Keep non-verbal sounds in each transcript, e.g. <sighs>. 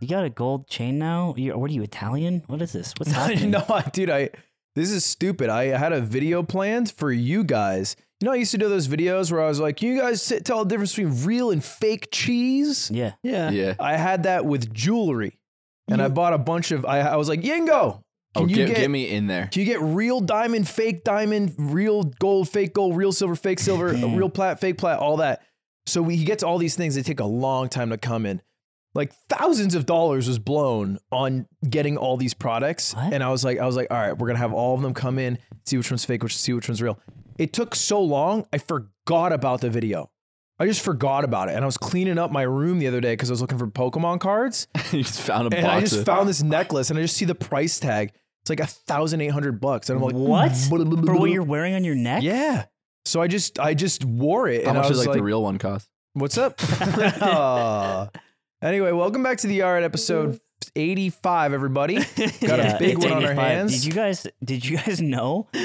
You got a gold chain now? You're, what are you Italian? What is this? What's happening? no, <laughs> I, dude, I this is stupid. I had a video planned for you guys. You know, I used to do those videos where I was like, "Can you guys sit, tell the difference between real and fake cheese?" Yeah. Yeah. Yeah. I had that with jewelry, and I bought a bunch of. I, I was like, "Yingo, can oh, you get, get, get me in there. Can you get real diamond, fake diamond, real gold, fake gold, real silver, fake silver, Yeah. real plat, fake plat, all that? So we, he gets all these things that take a long time to come in. Like thousands of dollars was blown on getting all these products, What? and I was like, I was like, all right, we're gonna have all of them come in, see which one's fake, which see which one's real. It took so long, I forgot about the video. I just forgot about it, and I was cleaning up my room the other day because I was looking for Pokemon cards, <laughs> you just found a and I box. just of- found this necklace, and I just see the price tag. It's like a thousand eight hundred bucks, and I'm like, What? <laughs> blah, blah, For blah, what you're wearing on your blah. neck? <laughs> Yeah. So I just I just wore it, how and I much was does like, like, the real one cost? "What's up?" <laughs> Aw. <laughs> anyway, welcome back to the Yard episode eighty five, <laughs> everybody. Got Yeah, a big it's one on our 85. hands. Did you guys? Did you guys know? I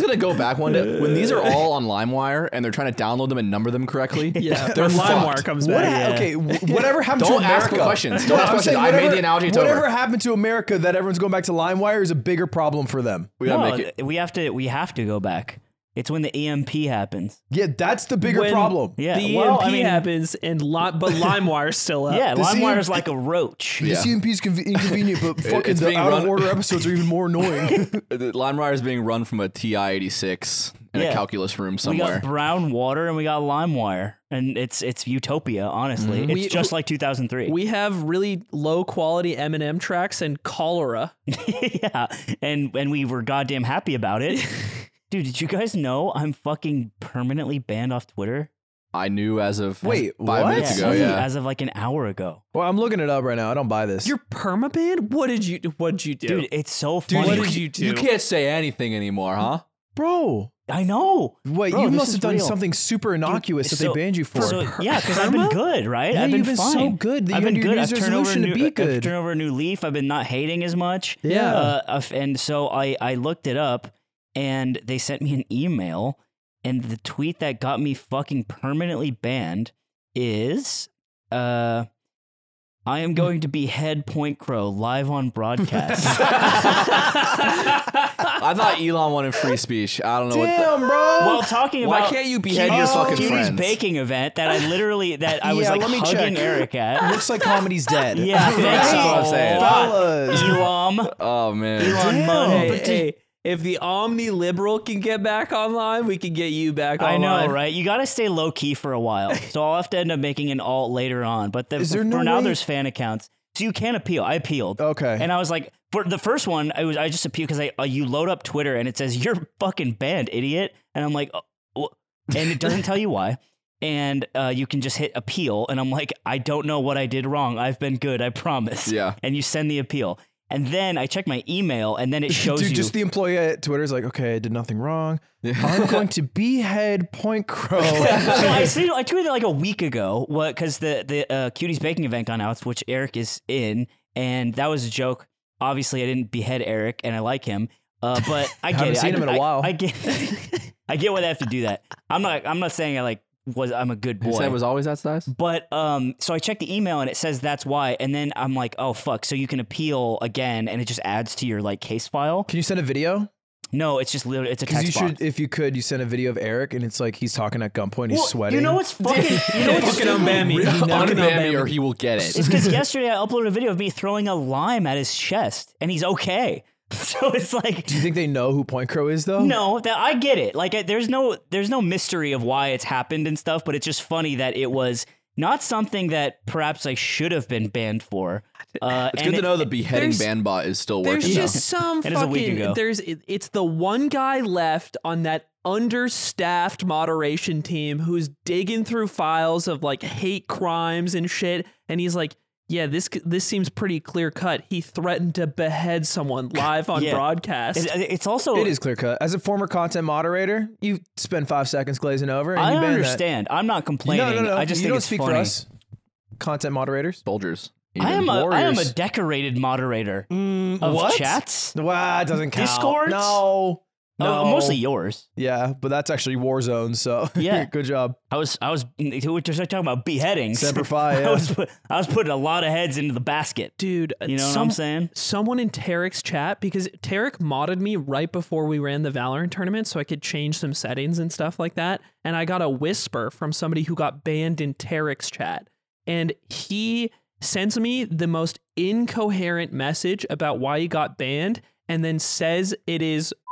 I'm- gonna go back one day when these are all on LimeWire and they're trying to download them and number them <laughs> correctly. Yeah. they're when Uh, LimeWire fucked. comes what? back. ha- yeah. Okay, wh- whatever happened Don't to ask America? for questions. Don't No, ask I'm saying questions. I made whatever- the analogy. It's Whatever over. happened to America that everyone's going back to LimeWire is a bigger problem for them. We gotta No, make it. we have to. We have to go back. It's when the EMP happens. Yeah, that's the bigger When- problem. Yeah. the well, EMP I mean, happens, and li- but LimeWire's still up. Yeah. Uh, The E LimeWire's CMP like a roach. Yeah. The CMP is conve- inconvenient, <laughs> but fucking it's the being out run- of order episodes are even more <laughs> annoying. LimeWire is being run from a TI eighty six in Yeah. a calculus room We somewhere. got brown water and we got LimeWire, and it's it's utopia. Mm-hmm. Honestly, it's We- just like 2003. We have really low quality Eminem tracks and cholera. <laughs> yeah, and and we were goddamn happy about <laughs> it. Dude, did you guys know I'm fucking permanently banned off Twitter? I knew as of Wait, five what? minutes That's ago. as, Yeah, as of like an hour ago. well, I'm looking it up right now. I don't buy this. Your permaban? What did you? What did you do? Dude, it's so Dude, funny. what did you do? You can't say anything anymore, huh? bro. I know. Wait, Bro, you this must is have done real. something super innocuous that so- they banned you for. So, yeah, because I've been Karma? good, right? Yeah, I've been you've been so fine. good that I've you been had your New good. I've Year's turned over a resolution to new, be I've good. turned over a new leaf. I've been not hating as much. Yeah. Uh, of- and so I I looked it up, and they sent me an email, and the tweet that got me fucking permanently banned is, uh, I am going to be head point crow live on broadcast. <laughs> <laughs> I <laughs> thought Elon wanted free speech. I don't know what. Damn, bro. While talking Why about can't you behead your Kiwi's- fucking Kiwi's friends? baking event that I literally that <laughs> I was Yeah, like let me hugging check. Eric <laughs> at. <laughs> Looks like comedy's dead. <laughs> Yeah, That's thanks what I'm a saying. lot, Fellas. Elon. Oh man, Elon Damn. Musk. Hey, But do- hey, if the Omni liberal can get back online, we can get you back I online. know, right? You got to stay low key for a while. So I'll have to end up making an alt later on. But the, Is there for no now, way- there's fan accounts. So you can appeal. I appealed. Okay. And I was like, for the first one, I was I just appealed because I uh, you load up Twitter and it says you're fucking banned, idiot. And I'm like, oh, wh-" and it doesn't tell you why. And uh, you can just hit appeal. And I'm like, I don't know what I did wrong. I've been good. I promise. Yeah. And you send the appeal. And then I check my email, and then it shows <laughs> Dude, you. just the employee at Twitter's like, okay, I did nothing wrong. I'm <laughs> going to behead <laughs> Point Crow. so <laughs> I, see, I tweeted like a week ago what because the the uh, cuties baking event got announced, which Eric is in, and that was a joke. Obviously, I didn't behead Eric, and I like him, <laughs> uh, but I get Haven't it. seen I, him in a I- while. I <laughs> get, <laughs> I get why they have to do that. I'm not. I'm not saying I like was. I'm a good boy. his head was always that size. But um, so I checked the email and it says that's why, and then I'm like, oh fuck. So you can appeal again, and it just adds to your like case file. Can you send a video? No, it's just literally it's a Because text you box. should, if you could, you send a video of Eric, and it's like he's talking at gunpoint, he's Well, sweating. You know what's fucking. <laughs> You know what's Fucking <laughs> unban me. Fucking Fucking ban unban me or me. he will get it. It's <laughs> because yesterday I uploaded a video of me throwing a lime at his chest, and he's okay. <laughs> So it's like, Do you think they know who Point Crow is though? no, that I get it. Like, I, there's no, there's no mystery of why it's happened and stuff. But it's just funny that it was not something that perhaps I should have been banned for. Uh, It's and good it- to know the beheading there's- ban bot is still There's working. just <laughs> some It is a week ago. fucking. There's it- it's the one guy left on that understaffed moderation team who's digging through files of like hate crimes and shit, and he's like, "Yeah, this c- this seems pretty clear cut. He threatened to behead someone live on Yeah. uh, broadcast." It's, it's also It is clear cut. As a former content moderator, you spend five seconds glazing over. And I you ban understand. I'm not That. complaining. No, no, no. I just you think don't it's speak funny. for us, content moderators. soldiers. I am a, I am a Warriors. Mm, decorated moderator of what? chats. Wow, it doesn't count. Discords? No, Oh, No. mostly yours. Yeah, but that's actually Warzone. So <laughs> Yeah. good job. I was, I was, we're just talking about beheadings. Semper <laughs> Fi. I Yeah. was, put, I was putting a lot of heads into the basket. Dude, You know what some- I'm saying? someone in Tarek's chat because Tarek modded me right before we ran the Valorant tournament so I could change some settings and stuff like that. And I got a whisper from somebody who got banned in Tarek's chat. And he sends me the most incoherent message about why he got banned and then says it is <laughs>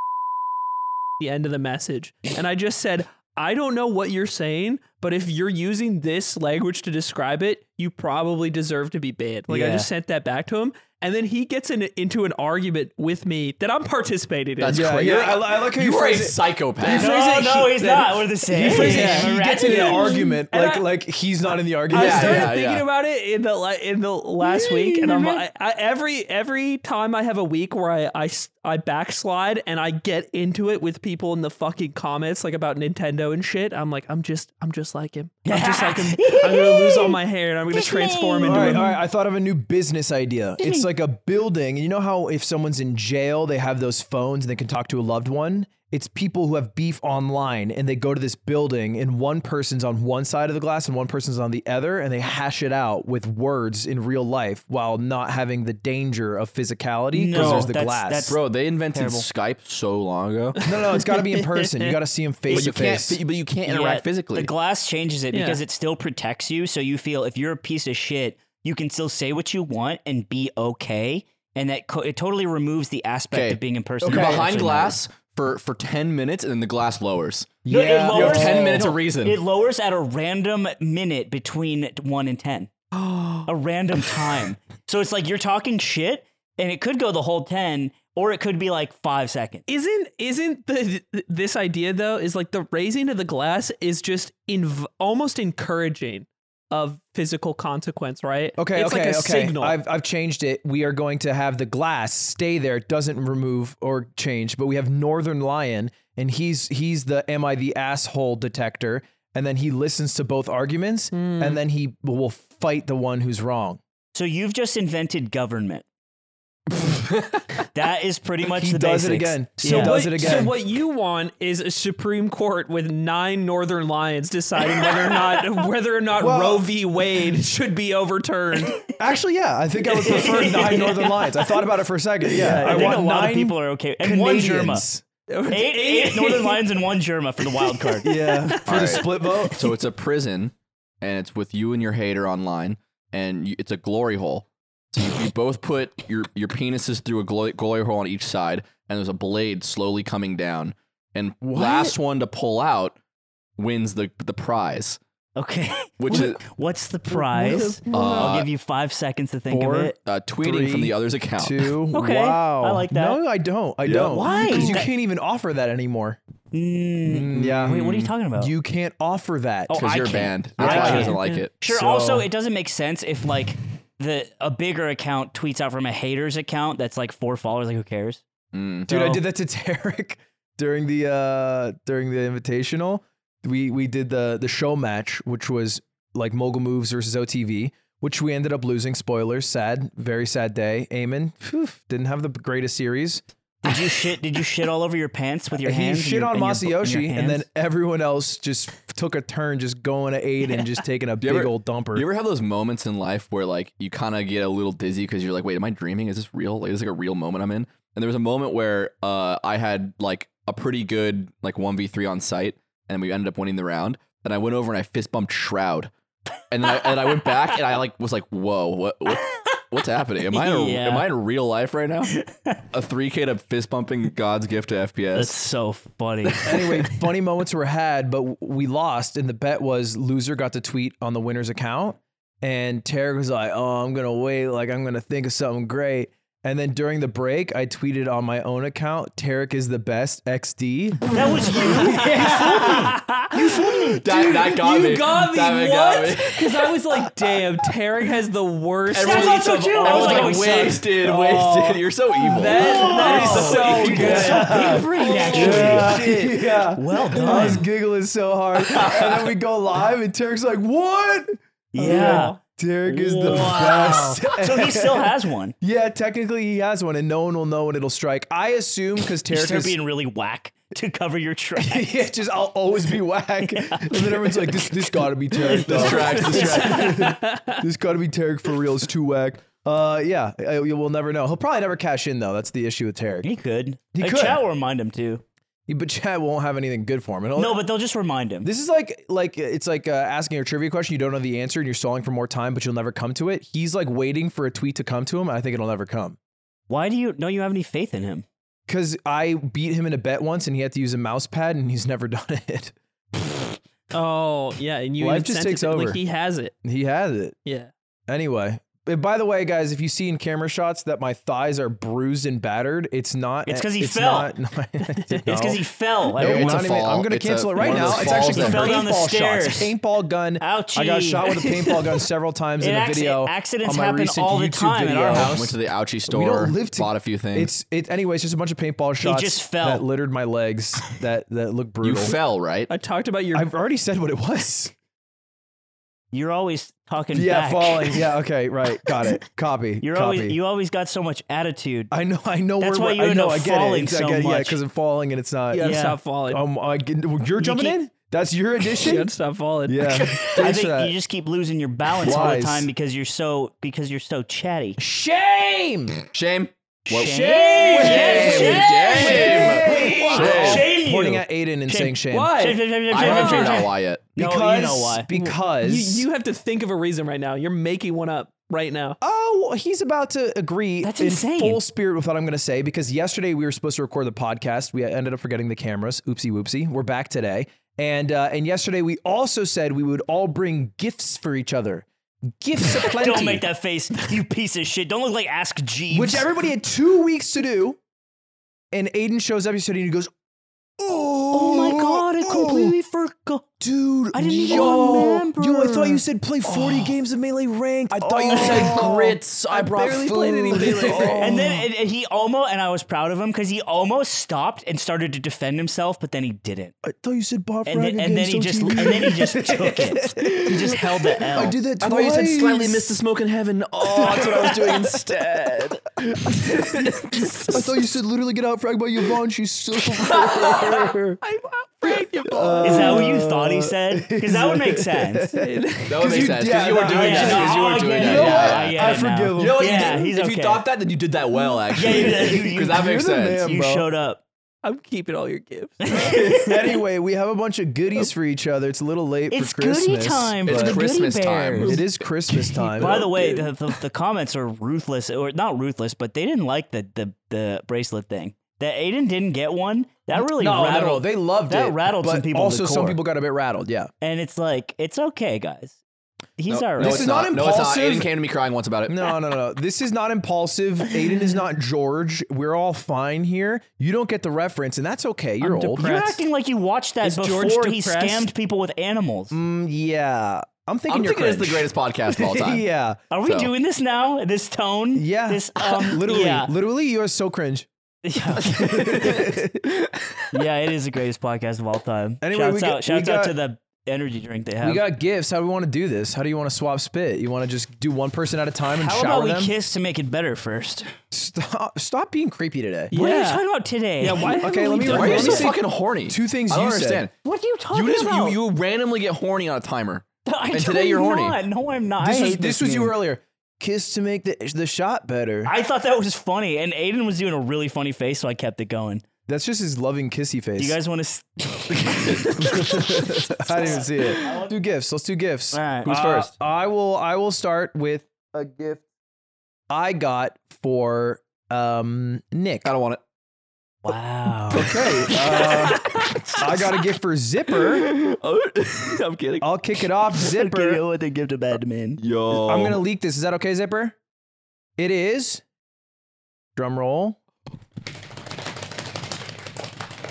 the end of the message. And I just said, I don't know what you're saying, but if you're using this language to describe it, you probably deserve to be banned. Like I Yeah. just sent that back to him. And then he gets in, into an argument with me that I'm participating in. That's Yeah, crazy. yeah, I li- I like how you are a phrase it. psychopath. You phrase no, it, no, he- he's that- not. We're the same. He phrase it, Yeah. he gets in an Yeah. argument And like I- like he's not in the I argument. Yeah, started yeah, thinking yeah. about it in the la- in the last week, and I'm I, I, every every time I have a week where I, I s- I backslide and I get into it with people in the fucking comments like about Nintendo and shit. I'm like, I'm just I'm just like him. I'm just like him. I'm gonna lose all my hair and I'm gonna transform All into right, him. all right. I thought of a new business idea. It's like a building. You know how if someone's in jail, they have those phones and they can talk to a loved one? It's people who have beef online and they go to this building and one person's on one side of the glass and one person's on the other and they hash it out with words in real life while not having the danger of physicality because No, there's the that's- glass. that's- Bro, they invented Skype so long ago. no, no, it's got to be in person. You got to <laughs> see them face But you to can't. face. But you- but you can't interact Yeah, physically. The glass changes it Yeah. because it still protects you. So you feel if you're a piece of shit, you can still say what you want and be okay. And that co- it totally removes the aspect Okay. of being in person. You're and behind virtual. glass for for ten minutes, and then the glass lowers. No, it Yeah. You have lowers- ten minutes no, of reason. It lowers at a random minute between one and ten. a random time. so it's like you're talking shit, and it could go the whole ten, or it could be like five seconds. Isn't isn't the th- this idea though is like the raising of the glass is just inv- almost encouraging of physical consequence, right? Okay, it's okay, like a okay. signal. I've, I've changed it. We are going to have the glass stay there. It doesn't remove or change, but we have Northern Lion, and he's he's the am I the asshole detector, and then he listens to both arguments, Hmm. and then he will fight the one who's wrong. So you've just invented government. that is <laughs> pretty much He the does it basics. again. Yeah. He So does what- it again. So what you want is a Supreme Court with nine Northern Lions deciding whether <laughs> or not whether or not Well- Roe v. Wade should be overturned. Actually, yeah, I think I would <laughs> prefer nine Northern Lions. I thought about it for a second. Yeah, I, I, think want a lot nine of people are okay. And one Germa. Canadians. Eight, <laughs> eight Northern <laughs> Lions and one Germa for the wild card. Yeah, for the Alright. split vote. so it's a prison, and it's with you and your hater online, and you, it's a glory hole. So you, you both put your your penises through a glory, glory hole on each side, and there's a blade slowly coming down, and last one to pull out wins the the prize, Okay. which is What's the prize? I'll uh, give you five seconds to think four, of it. uh, tweeting Three, from the other's account. <laughs> Two. Okay, Wow. I like that. No, I don't. I Yeah. don't. Why? Because you That- can't even offer that anymore. Mm, Yeah. Wait, what are you talking about? You can't offer that. Oh, because I you're can't. banned. I That's why he can't. doesn't like it. Sure. So- Also, it doesn't make sense if like the a bigger account tweets out from a hater's account that's like four followers. Like, who cares? Mm. Dude, I No. did that to <laughs> Tarek during the uh during the invitational. We we did the the show match, which was like Mogul Moves versus OTV, which we ended up losing. Spoilers, sad, very sad day. Eamon phew, didn't have the greatest series. Did you shit? Did you shit all over your pants with your he hands? and shit your- on and your bu- and your Masayoshi, and, then hands? everyone else just took a turn, just going to aid and just taking a big ever- old dumper. <laughs> You ever have those moments in life where like you kind of get a little dizzy because you're like, wait, am I dreaming? Is this real? Like, is this like a real moment I'm in? And there was a moment where uh, I had like a pretty good like one v three on site, and we ended up winning the round. And I went over and I fist bumped Shroud, and then I, and I went back and I like was like, whoa, what, what what's happening? Am I in a, <laughs> Yeah. am I in real life right now? A three k to fist bumping God's gift to FPS. that's so funny. anyway, funny moments were had, but w- we lost, and the bet was loser got to tweet on the winner's account. And Tarek was like, "Oh, I'm gonna wait. Like, I'm gonna think of something great." And then during the break, I tweeted on my own account, "Tarek is the best." XD. that <laughs> was you. that, that got you me. got That me got what? me. Because I was like, damn, Tarek has the worst. Everyone's tweets also of true. all I was like, time. Everyone's wait, like, wasted, wasted. You're so evil. That- that is so evil. good. Great, actually. yeah. Well <laughs> I was done. giggling so hard, and then we go live, and Tarek's like, "What? Yeah. Tarek is the Wow. best." <laughs> So he still has one. yeah, technically he has one, and no one will know when it'll strike. I assume because You Tarek start is being really whack. to cover your tracks. <laughs> yeah, just I'll always be whack. And then everyone's like, this this gotta be Tarek. This dog. tracks, this tracks. this gotta be Tarek for real. It's too whack. Uh, yeah, I, we'll never know. He'll probably never cash in though. That's the issue with Tarek. He could. He Uh, could. Chat will remind him to. But Chad won't have anything good for him. It'll- No, but they'll just remind him. This is like like it's like uh, asking a trivia question you don't know the answer and you're stalling for more time but you'll never come to it. He's like waiting for a tweet to come to him. And I think it'll never come Why do you know you have any faith in him? because I beat him in a bet once and he had to use a mouse pad and he's never <laughs> done it. Oh yeah, and you Life even just sent takes it, over. Like he has it. He has it Yeah. anyway. And by the way, guys, if you see in camera shots that my thighs are bruised and battered, it's not. e- It's 'cause he it's fell. Not, <laughs> no, e- <laughs> it's It's because he fell. I No, don't it's want a even, fall. I'm gonna It's cancel a- it right one of now. those It's actually falls just that Fell down the paintball shots. stairs. Paintball gun. I got Ouchie. shot with a paintball gun several times It in a acci- video. accidents on my happen recent all the YouTube time at our video. house. Went to the ouchie store. We don't live to- Bought a few things. It's it. Anyway, it's just a bunch of paintball shots. just fell. That littered my legs. That that look you brutal. fell, right? I talked about your <laughs> I've already said what it was. You're always talking yeah, back. falling. Yeah. Okay. Right. Got it. Copy. You're Copy. always you always got so much attitude. I know. I know. That's where why you I end know. up I get falling it. I so get it. Yeah, much. because I'm falling and it's not. you gotta yeah. stop falling. Um. I get, you're jumping keep- in. That's your you addition. gotta stop falling. <laughs> yeah. <laughs> I Thanks think for that. you just keep losing your balance all the Lies. time because you're so because you're so chatty. Shame. Shame. Shame. What- Shame. Shame. Shame. Shame. Shame. Shame you. Pointing at Aiden and saying shame. Why? Shame, shame, shame, shame, I shame, haven't shame, figured out shame. why yet. No, Because you know why. You, because you have to think of a reason right now. You're making one up right now. Oh, he's about to agree That's in insane. full spirit with what I'm going to say because yesterday we were supposed to record the podcast. We ended up forgetting the cameras. Oopsie whoopsie. We're back today. And uh, and yesterday we also said we would all bring gifts for each other. <laughs> Gifts aplenty. Don't make that face, you piece of shit. Don't look like Ask Jeeves. Which everybody had two weeks to do. And Aiden shows up yesterday and he goes, Oh Oh, my god, I oh, completely forgot. Dude, I didn't even yo, Yo, I remember. thought you said play 40 games of Melee Ranked. I thought you said <laughs> grits. I brought barely played Oh, any food. Melee Ranked. And then and, and he almost, and I was proud of him because he almost stopped and started to defend himself, but then he didn't. I thought you said Bob And then, and then he just, and then he just took it. He just held the L. I did that I twice. thought you said slightly missed the smoke in <laughs> heaven. Oh, that's what I <laughs> was doing instead. I thought you said literally get out fragged by Yvonne. She's so. Because I'm afraid you Uh, Is that what you thought he said? <laughs> Because that would make sense. That would make you- sense yeah, because you were no, doing yeah, that. Because you no, were I doing get it. that. Yeah, I yeah. get it now. forgive him. You know what you Yeah, did? he's if okay. you thought that, then you did that well, actually. Yeah, you- you- Because that you- makes you're the sense. man. You bro. showed up. I'm keeping all <laughs> your gifts. <laughs> anyway, we have a bunch of goodies for each other. It's a little late It's for Christmas. goodie time It's for the Christmas goodie time. bears. It is Christmas time. By the way, the, the, the comments are ruthless, or not ruthless, but they didn't like the the, the bracelet thing. That Aiden didn't get one. That really no, no, no, rattled. they loved that it. rattled some but people to Also, the some core. people got a bit rattled. Yeah. and it's like it's okay, guys. He's all right. No, This it's is not not. No, it's not. impulsive. Aiden came to me crying once about it. No, no, no. This is not impulsive. Aiden is not George. We're all fine here. You don't get the reference, and that's okay. You're I'm old. You're depressed. acting like you watched that Is before George he depressed? scammed people with animals. Mm, yeah. I'm thinking I'm you're thinking it's the cringe. greatest podcast of <laughs> all time. yeah. Are we So- doing this now? This tone? Yeah. <laughs> <laughs> This um Literally, Yeah. literally, you are so cringe. yeah. <laughs> Yeah, it is the greatest podcast of all time. Anyway, shouts we out got- shouts we out got- to the energy drink they have. We got gifts. How do we want to do this? How do you want to swap spit? You want to just do one person at a time and How shower about we them? kiss to make it better first? stop, <laughs> stop being creepy today. What are you Yeah. talking about today? <laughs> Yeah, why haven't Okay, let we me- done Why are you this? Let so see- fucking horny? Two things I don't you understand. What are you talking You just you about? you randomly get horny on a timer. <laughs> I and do today you're horny. not. No, I'm not. This I was hate this, was you earlier. Kiss to make the the shot better. I thought that was funny, and Aiden was doing a really funny face, so I kept it going. That's just his loving kissy face. Do you guys want to? <laughs> I didn't even see <laughs> it. Do gifts. Let's do gifts. All right. Who's Uh, first? <laughs> I will. I will start with a gift I got for um Nick. I don't want it. wow. <laughs> <laughs> Okay. Uh, I got a gift for Zipper. <laughs> I'm kidding. I'll kick it <laughs> off, You know Zipper. what they give to bad men? Yo, I'm gonna leak this. Is that okay, Zipper? It is. Drum roll.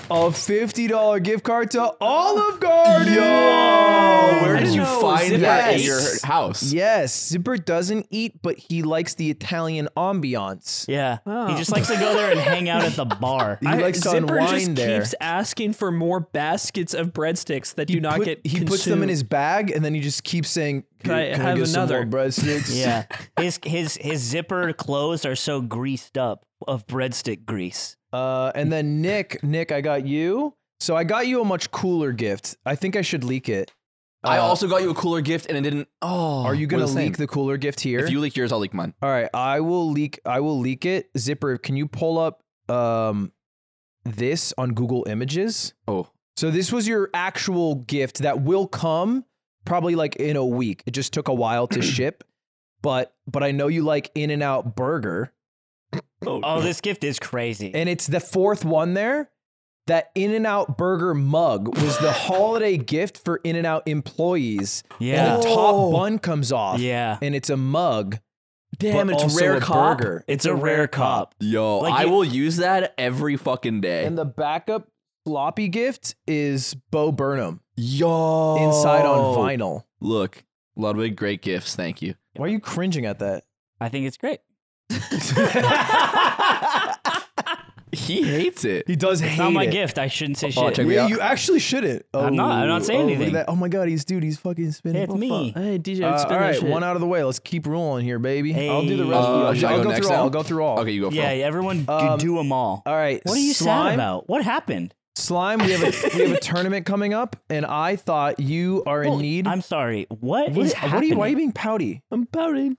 A fifty dollar gift card to Olive Garden. Yo, where did I didn't you know find Zipper that in ate. your house? Yes, Zipper doesn't eat, but he likes the Italian ambiance. Yeah. He Oh. just likes to go there and hang out at the bar. He likes to Zipper unwind just there. keeps asking for more baskets of breadsticks that do He not put- get. He puts them in consumed. his bag, and then he just keeps saying, "Can, Can I can have get some more <laughs> <laughs> another?" breadsticks?" Yeah. His his his zipper clothes are so greased up. of breadstick grease. Uh, and then Nick, Nick, I got you. So I got you a much cooler gift. I think I should leak it. I Uh, also got you a cooler gift and it didn't. Oh, Are you we're gonna the leak same. the cooler gift here? If you leak yours, I'll leak mine. All right, I will leak. I will leak it. Zipper, can you pull up um this on Google Images? Oh, So this was your actual gift that will come probably like in a week. It just took a while <clears throat> to ship, but but I know you like In and Out Burger, Oh, this gift is crazy. and it's the fourth one there. That In and Out Burger mug was <gasps> the holiday gift for In and Out employees, yeah. and the Oh. top bun comes off, Yeah. and it's a mug. Damn, but it's also rare a cop. burger. It's a rare cop. yo, Like I it- will use that every fucking day. And the backup floppy gift is Bo Burnham yo, inside on vinyl. Look, Ludwig, great gifts. Thank you. Why are you cringing at <laughs> that? I think it's great. He hates it. He does hate Not my it. gift. I shouldn't say Oh, shit. check me yeah, out. you actually shouldn't. I'm not- I'm not saying oh, look at anything. that. Oh my god, he's dude. He's fucking spinning. It's me. Hey, DJ, Uh, spin all that right, shit. one out of the way. Let's keep rolling here, baby. I'll do the Hey. rest. Uh, of should you. I I'll go go, next through all. now? I'll go through all. <laughs> Okay, you go. Yeah, Phil. everyone do- Um, do them all. All right. What are you slime. sad about? What happened? Slime. We have a we have a <laughs> tournament coming up, and I thought you are in need. I'm sorry. What what, is what are happening? you? Why are you being pouty? I'm pouting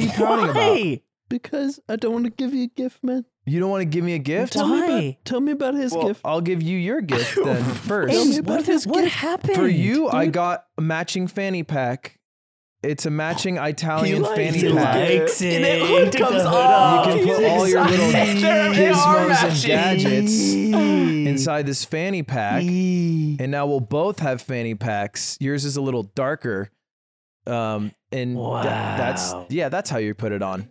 <laughs> are you pouting about? Why? because I don't want to give you a gift, man. You don't want to give me a gift? Tell me about- Why? tell me about his Well, I'll give you <laughs> your gift then Tell me first. Hey, about what, this what gift. happened? For you, I got a matching fanny pack. It's a matching Italian likes fanny He it. pack. likes it. And it Took hood the comes hood off. off. You can put all your little <laughs> There they are gizmos and matching. gadgets inside this fanny pack. And now we'll both have fanny packs. Yours is a little darker. Um, and tha- that's Wow. yeah, that's how you put it on.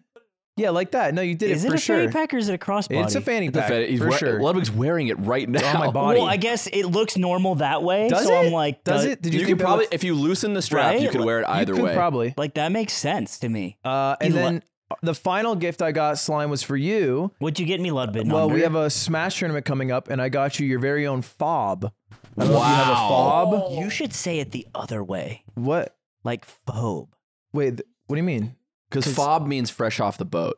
Yeah, like that. No, you did Is it it for a sure. fanny pack or is it a crossbody? It's a fanny It's a pack fed- he's for wear- sure. Ludwig's wearing it right now. on my <laughs> body. Well, I guess it looks normal that way. Does so it? I'm like, does duh, it? Did You, you, could think that probably, was- if you loosen the strap, Right? you could wear it you either could way. Probably. Like that makes sense to me. Uh, and You li- then the final gift I got, slime, was for you. Would you get me Ludwig? Well, number? we have a smash tournament coming up, and I got you your very own fob. I don't know if you have a Wow. fob. Oh. You should say it the other way, What? like phobe, Wait, th- what do you mean? Because fob means fresh off the boat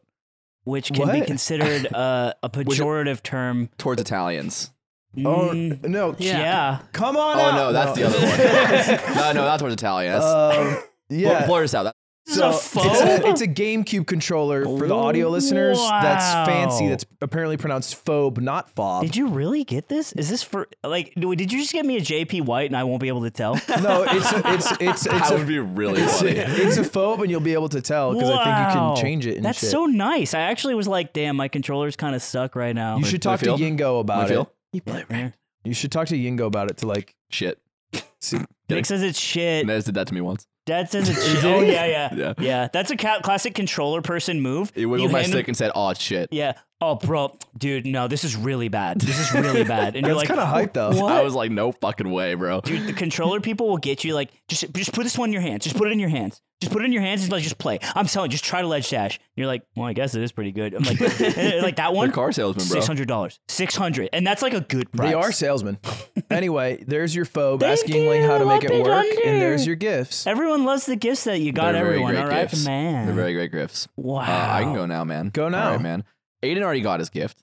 which can be <laughs> What? considered uh, a pejorative term. towards Italians. Oh Mm, no! yeah. Come on! Oh out. no, that's the <laughs> <laughs> other one. no, no, that's towards Italian. Uh, That's, Um, yeah. blur, blur this out. That- This is a it's, phobe. a, it's a GameCube controller for the audio listeners. That's fancy. Wow. That's apparently pronounced phobe, not fob. did you really get this? Is this for like? do- Did you just get me a JP White and I won't be able to <laughs> tell? no, it's a, it's it's it's that a, would be really it's, funny. a, it's a phobe, and you'll be able to tell because I think you Wow. can change it. And That's shit. so nice. I actually was like, damn, my controllers kind of suck right now. You should talk to Mayfield? Yingo about it. Mm-hmm. Mayfield? You play Yeah. You should talk to Yingo about it to like. <laughs> Shit. See, Nick says it's shit. Nez did that to me once. Dad says <laughs> it's shit. Oh yeah, yeah, Yeah. yeah, That's a ca- classic controller person move. He wiggled You my hand him- stick and said, "Oh it's shit." yeah. Oh, bro, dude, no, this is really bad. This is <laughs> really bad. And you're like, that's kind of hype though. what? <laughs> I was like, "No fucking way, bro." dude, the controller people will get you like, just just put this one in your hands. Just put it in your hands. Just put it in your hands and like just play. I'm telling you, just try to ledge dash. And you're like, well, I guess it is pretty good. <laughs> I'm like, <laughs> like that You're a one, car salesman, bro. six hundred dollars, six hundred, and that's like a good price. They <laughs> are salesmen. anyway, there's your phobe Thank asking Yingling how to you, make up it and work, and under. there's your gifts. Everyone loves the gifts that you got. They're very everyone, great all right, gifts. man. They're very great gifts. wow. Oh, Uh, I can go now, man. Go All now. right, man. Aiden already got his gift.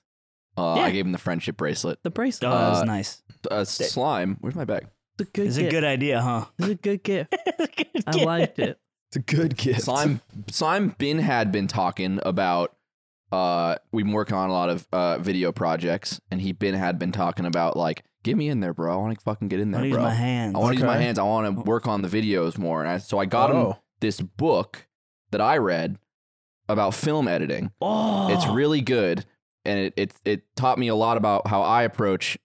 Uh, Yeah. I gave him the friendship bracelet. The Oh, bracelet. that was Uh, nice. Uh, slime. Where's my bag? it's a good It's a gift. good idea, huh? <laughs> it's a good gift. Good I gift. liked it. It's a good gift. <laughs> Slime. Slime. Bin had been talking about. Uh, we've been working on a lot of uh video projects, and he Bin had been talking about like, get me in there, bro. I want to fucking get in I there, wanna use bro. my hands. Oh. I want to use my Okay. hands. I want to work on the videos more. And I, so I got him Oh. this book that I read about film editing. Oh, It's really good, and it it it taught me a lot about how I approach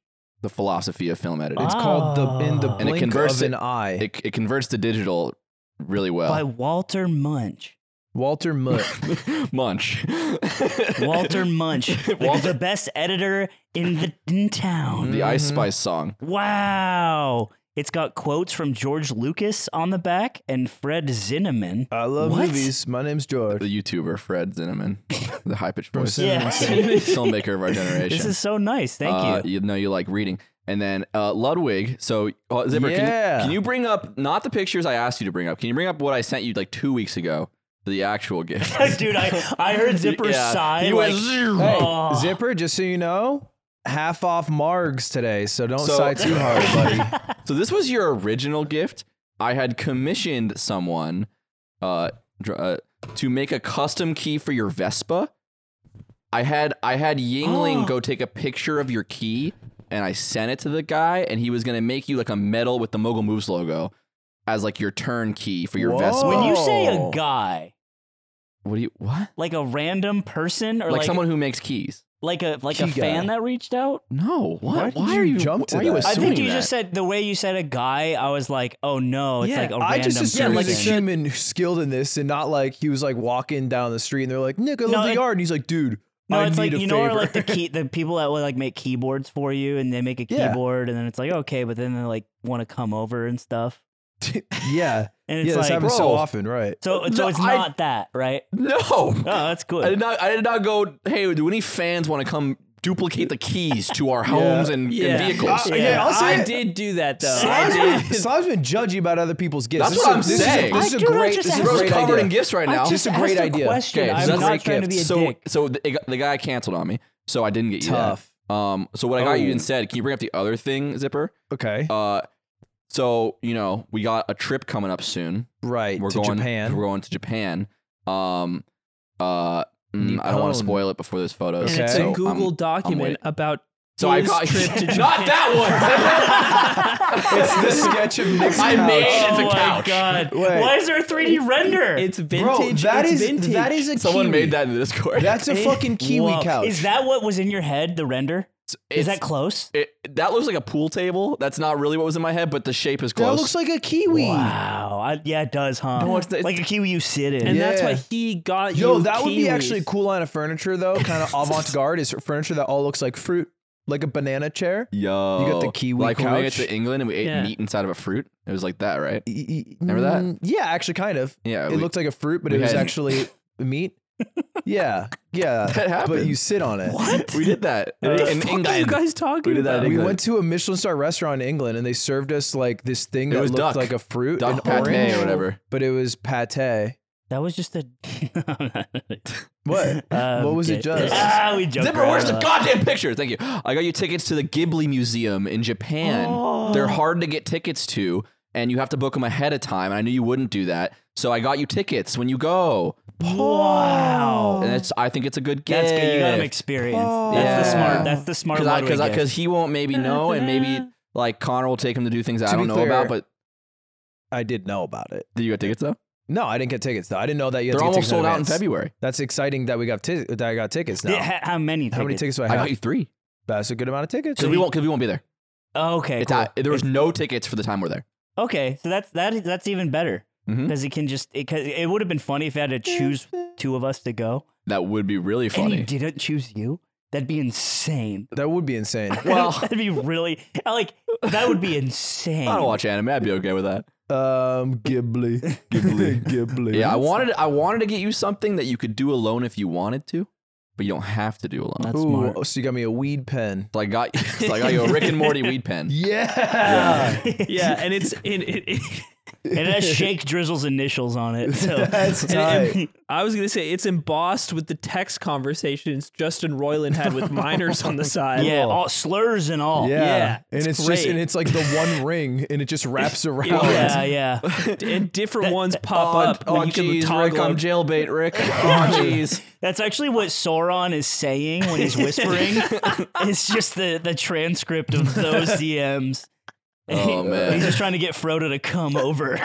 the philosophy of film editing. It's called the in the Ah. And it blink converts of an it- eye. It it converts to digital really by well. Walter Munch. Walter Mutt. <laughs> <laughs> Munch. Walter <laughs> Munch, Walter- the best editor in the in town. the Ice Mhm. Spice song. Wow. It's got quotes from George Lucas on the back and Fred Zinnemann. I love What? movies. My name's The George. YouTuber Fred Zinnemann, <laughs> the high pitched From voice, yeah. <laughs> <laughs> filmmaker of our generation. this is so nice. Thank Uh, <laughs> you. <laughs> You know you like reading. And then uh, Ludwig. So uh, Zipper, can, you, Yeah. can you bring up not the pictures I asked you to bring up? Can you bring up what I sent you like two weeks ago the actual gift. <laughs> Dude, I, I heard Zipper Yeah. sigh. He like, went, "Zoom." Hey, Oh. Zipper, just so you know, half off Margs today, so don't So- Oh, sigh too <laughs> hard, buddy. So this was your original gift. I had commissioned someone uh, dr- uh, to make a custom key for your Vespa. I had I had Yingling Oh. go take a picture of your key, and I sent it to the guy, and he was gonna make you like a medal with the Mogul Moves logo as like your turn key for your Whoa. Vespa. when you say a Oh. guy, what do you what? like a random person or Like, like, someone who makes keys? like a like a Key guy. fan that reached out. No. Why What? did you are you jump why to are you that? I think assuming you that? just said the way you said a guy. I was like, oh no, it's Yeah, like a I random just person. assumed Yeah, like like he's a a- human skilled in this, and not like he was like walking down the street and they're like, "Nick, I love No, the it- yard," and he's like, "Dude, No, I it's need like a you know, favor." are like the key, the people that will like make keyboards for you, and they make a Yeah. keyboard, and then it's like okay, but then they like want to come over and stuff, yeah, and it's yeah, this like happens so bro. often, right? so so Uh, No, it's I- Uh, not that right. no. <laughs> Oh, that's good. I did not. I did not go. Hey, do any fans want to come duplicate the keys to our homes and, and Yeah. vehicles? Uh, yeah, I'll say I it. did do that though. I Slav's did. been, Slav's been judgy about other people's gifts. That's this what is, I'm this Is saying. a, this is I- a dude, I great, just this is a asked- Bro's great covered idea. in gifts right I now. just Just a great asked idea. Question. Okay, so I'm that's not great trying to be a <laughs> so, dick. so the, it got- the guy canceled on me. So I didn't get you Tough. that. Um. So what I got Oh. you instead? Can you bring up the other thing, Zipper? Okay, Uh. So you know we got a trip coming up soon. right We're to going We're Japan. going to Japan. Um. Uh. mm, I don't Nippon. want to spoil it before there's photos. And it's Okay. so a I'm- Google document waiting. about So I his got <laughs> trip to Japan. not that one. <laughs> it's <laughs> the sketch of Nick's I couch. made it. It's a oh my couch. god! Wait. Why is there a 3D render? It's vintage. Bro, that it's is vintage. that is <laughs> a Someone kiwi. made that in the Discord. That's a fucking kiwi Whoa. couch. Is that what was in your head? The render is It's- that close? It, that looks like a pool table. That's not really what was in my head, but the shape is close. That looks like a kiwi. Wow. I, yeah, it does, huh? No, it's the- it's- like a kiwi you sit in. and that's Yeah. why he got Yo, you that would be kiwis. actually a cool line of furniture <laughs> though. Kind of avant-garde is furniture that all looks like fruit, like a banana chair. yo. You got the kiwi like when we went couch. to England and we ate Yeah. meat inside of a fruit. It was like that, right? Remember that? mm, Yeah, actually, kind of. Yeah. It we- looked like a fruit, but we it was had- actually meat. Yeah, yeah. <laughs> That happened. But <laughs> you sit on it. what? We <laughs> did that What the in fuck England. are you guys talking We did that about? in We England. went to a Michelin star restaurant in England, and they served us like this thing It that was looked duck. like a fruit, Duck an pate orange, or whatever. but it was pate. that was just <laughs> a. <laughs> What? Um, what was it okay. just? Ah, we joked. Zipper, where's the around. goddamn picture? Thank you. I got you tickets to the Ghibli Museum in Japan. Oh. They're hard to get tickets to, and you have to book them ahead of time. And I knew you wouldn't do that, so I got you tickets when you go. Wow. Oh. And it's, I think it's a good gift. That's good. You got him experience. That's the Yeah. smart. That's the smart because lottery gift. because he won't maybe know, and maybe like Connor will take him to do things that To I don't be know clear- about. But I did know about it. did you get tickets though? No, I didn't get tickets though. I didn't know that you. had They're to get tickets almost sold out in advance. February. That's exciting that we got ti- that I got tickets now. Yeah, ha- how many? Tickets? How many tickets do I I have? got you three That's a good amount of tickets. because we won't because we won't be there. Oh, okay. It's cool. out- there was no tickets for the time we're there. Okay, so that's that. That's even better Mhm. because it can just. It, cause it would have been funny if I had to choose two of us to go, That would be really and he funny. didn't choose you. That'd be insane. <laughs> That would be insane. Well- that'd be really I like that would <laughs> be insane. I don't watch anime. I'd be okay with that. Um, Ghibli, <laughs> Ghibli. Ghibli. Yeah, I wanted I wanted to get you something that you could do alone if you wanted to, but you don't have to do alone. That's Ooh, smart. Oh, so you got me a weed pen. So I got so I got you a Rick and Morty weed pen. Yeah, Yeah, <laughs> and it's in it, it, <laughs> and it has Shake Drizzle's initials on it. So <laughs> That's And- and- I was gonna say it's embossed with the text conversations Justin Roiland had with minors on <laughs> the side. yeah, all slurs and all. yeah. Yeah, and it's it's just great. and it's like the one ring, and it just wraps around. <laughs> yeah, yeah. and different ones pop Oh, up. oh when you can jeez, toggle Rick, I'm them. jailbait, Rick. Oh jeez. That's actually what Sauron is saying when he's whispering. it's just the the transcript of those DMs. Oh, man. uh, he's just trying to get Frodo to come over. All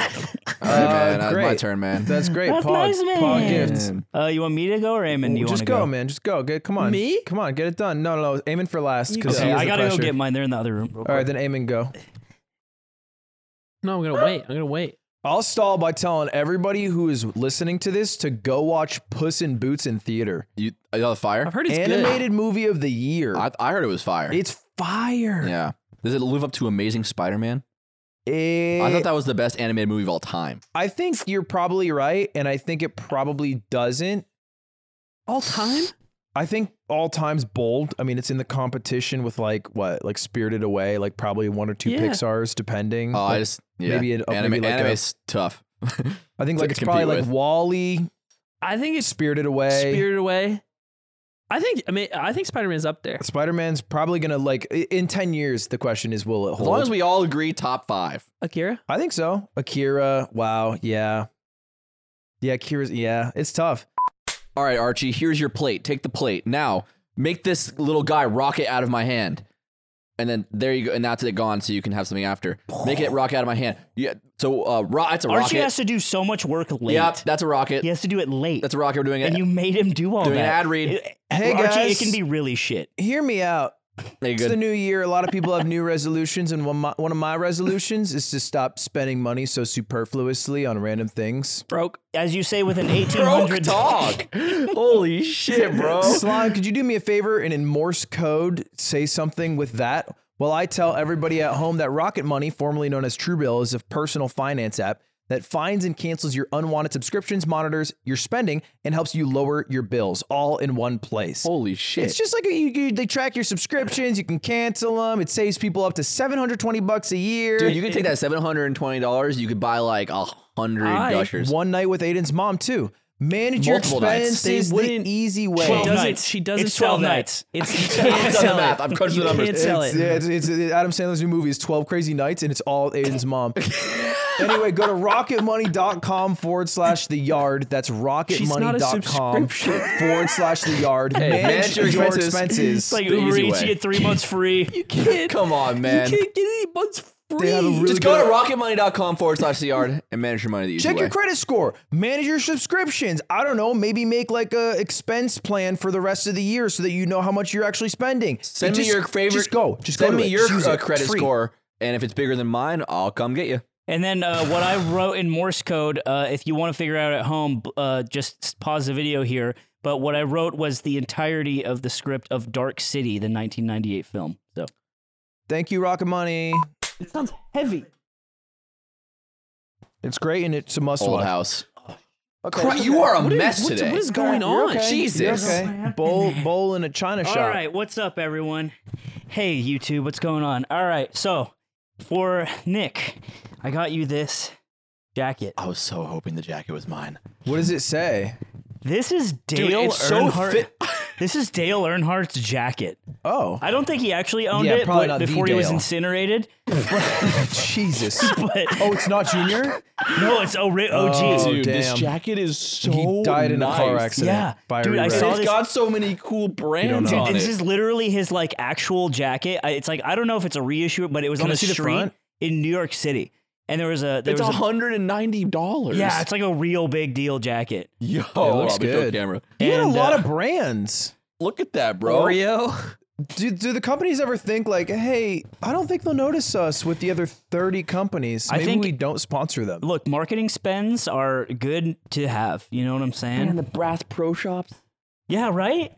right, man. Uh, That's my great. turn, man. That's great. That's Paw, nice, man. paw gifts. Uh, you want me to go or Eamon? Do you want just to go, man. Just go. Get, come on. Me? Come on. Get it done. No, no, no. Aiming for last. Cause he Okay, has I the gotta go pressure. get mine. They're in the other room. real All right, quick. then Aiming go. No, I'm gonna wait. I'm gonna wait. I'll stall by telling everybody who is listening to this to go watch Puss in Boots in theater. You, I saw the fire. I've heard it's Animated movie of the year. I, I heard it was fire. it's fire. yeah. Does it live up to Amazing Spider-Man? It- I thought that was the best animated movie of all time. I think you're probably right, and I think it probably doesn't. good. All time? I think all times bold. I mean, it's in the competition with like what, like Spirited Away, like probably one or two Yeah. Pixar's, depending. Oh, I Like, just yeah. Mm-hmm. maybe it- uh, anime, maybe like a- anime's tough. I think to like it's compete probably with. like Wally, I think it's Spirited Away. Spirited Away. I think I mean I think Spider Man's up there. Spider Man's probably gonna like i- in ten years. The question is, will it hold? As long as we all agree, top five. Akira. I think so. Akira. Wow. Yeah. Yeah. Akira's. Yeah. It's tough. All right, Archie, here's your plate. Take the plate. Now, make this little guy rocket out of my hand. And then there you go. And that's it gone, so you can have something after. Make it rocket out of my hand. Yeah. So, uh, ro- that's a Archie rocket. has to do so much work late. Yep, that's a rocket. He has to do it late. That's a rocket. We're doing it. and you made him do all Doing an that. ad read. It- Hey, Archie, guys. it can be really shit. Hear me out. Hey, It's good. the new year. A lot of people have new resolutions, and one, of my, one of my resolutions is to stop spending money so superfluously on random things. Broke. As you say with an eighteen Broke hundred dog. Holy shit, bro. Slime, could you do me a favor and in Morse code say something with that? Well, I tell everybody at home that Rocket Money, formerly known as Truebill, is a personal finance app that finds and cancels your unwanted subscriptions, monitors your spending, and helps you lower your bills all in one place. Holy shit. It's just like you, you, they track your subscriptions, you can cancel them. It saves people up to 720 bucks a year. Dude, you could take that seven hundred and twenty dollars. You could buy like a hundred I- gushers. One night with Aiden's mom, too. Manage Multiple your nights. expenses the They wouldn't- easy way. Twelve <laughs> She doesn't. nights. She doesn't It's sell 12 that. nights. It's you <laughs> can't I've done the sell it. math. I've crunched You the numbers. Can't sell It's- it. Yeah, it's, it's, it's Adam Sandler's new movie is 12 Crazy Nights, and it's all Aiden's <laughs> mom. anyway, go to rocketmoney.com forward slash the yard. That's not a rocketmoney.com subscription. forward slash the yard. manage your expenses. It's like The Uber easy Eats, you way. get three months <laughs> free. You can't. Come on, man. You can't get any buds free. They have a really Just go to rocketmoney.com forward slash the yard and manage your money the easy Check way. your credit score. Manage your subscriptions. I don't know. Maybe make like a expense plan for the rest of the year so that you know how much you're actually spending. Send It me just- your favorite. Just go. Just send go to me it. your Use uh, it. credit It's free. score, and if it's bigger than mine, I'll come get you. And then uh, what I wrote in Morse code, uh, if you want to figure out at home, b- uh, just pause the video here. But what I wrote was the entirety of the script of Dark City, the 1998 film. So Thank you, Rocket Money. It sounds heavy. It's great and it's a must Old watch. house. Okay. Crap, you are a What is- mess what's- today. What is going You're on? okay. Jesus. You're okay. Bowl bowl in a china shop. All right, what's up, everyone? Hey, YouTube, what's going on? All right, so for Nick, I got you this jacket. I was so hoping the jacket was mine. What does it say? This is Dale it's so Earnhardt. <laughs> fit- this is Dale Earnhardt's jacket. Oh, I don't think he actually owned Yeah, it, probably but not the before he was Dale. incinerated. Jesus. But <laughs> Oh, it's not Junior? no, it's OG. Oh, Dude, this damn. jacket is so he died in a car nice. accident. Yeah. By a Dude, I rewrite. saw It's this- got so many cool brands know. on This it. is literally his like actual jacket. I, it's like I don't know if it's a reissue, but it was Can on I the see the street front? in New York City, and there was a there It's was a, hundred and ninety dollars. yeah, it's like a real big deal jacket. yo, It looks I'll be showing good. camera. He had a And, lot uh, of brands. Look at that, bro. Oreo. Oh. Do, do the companies ever think like, hey, I don't think they'll notice us with the other 30 companies. I Maybe think- we don't sponsor them. Look, marketing spends are good to have. You know what I'm saying? the Brass Pro Shops. yeah, right.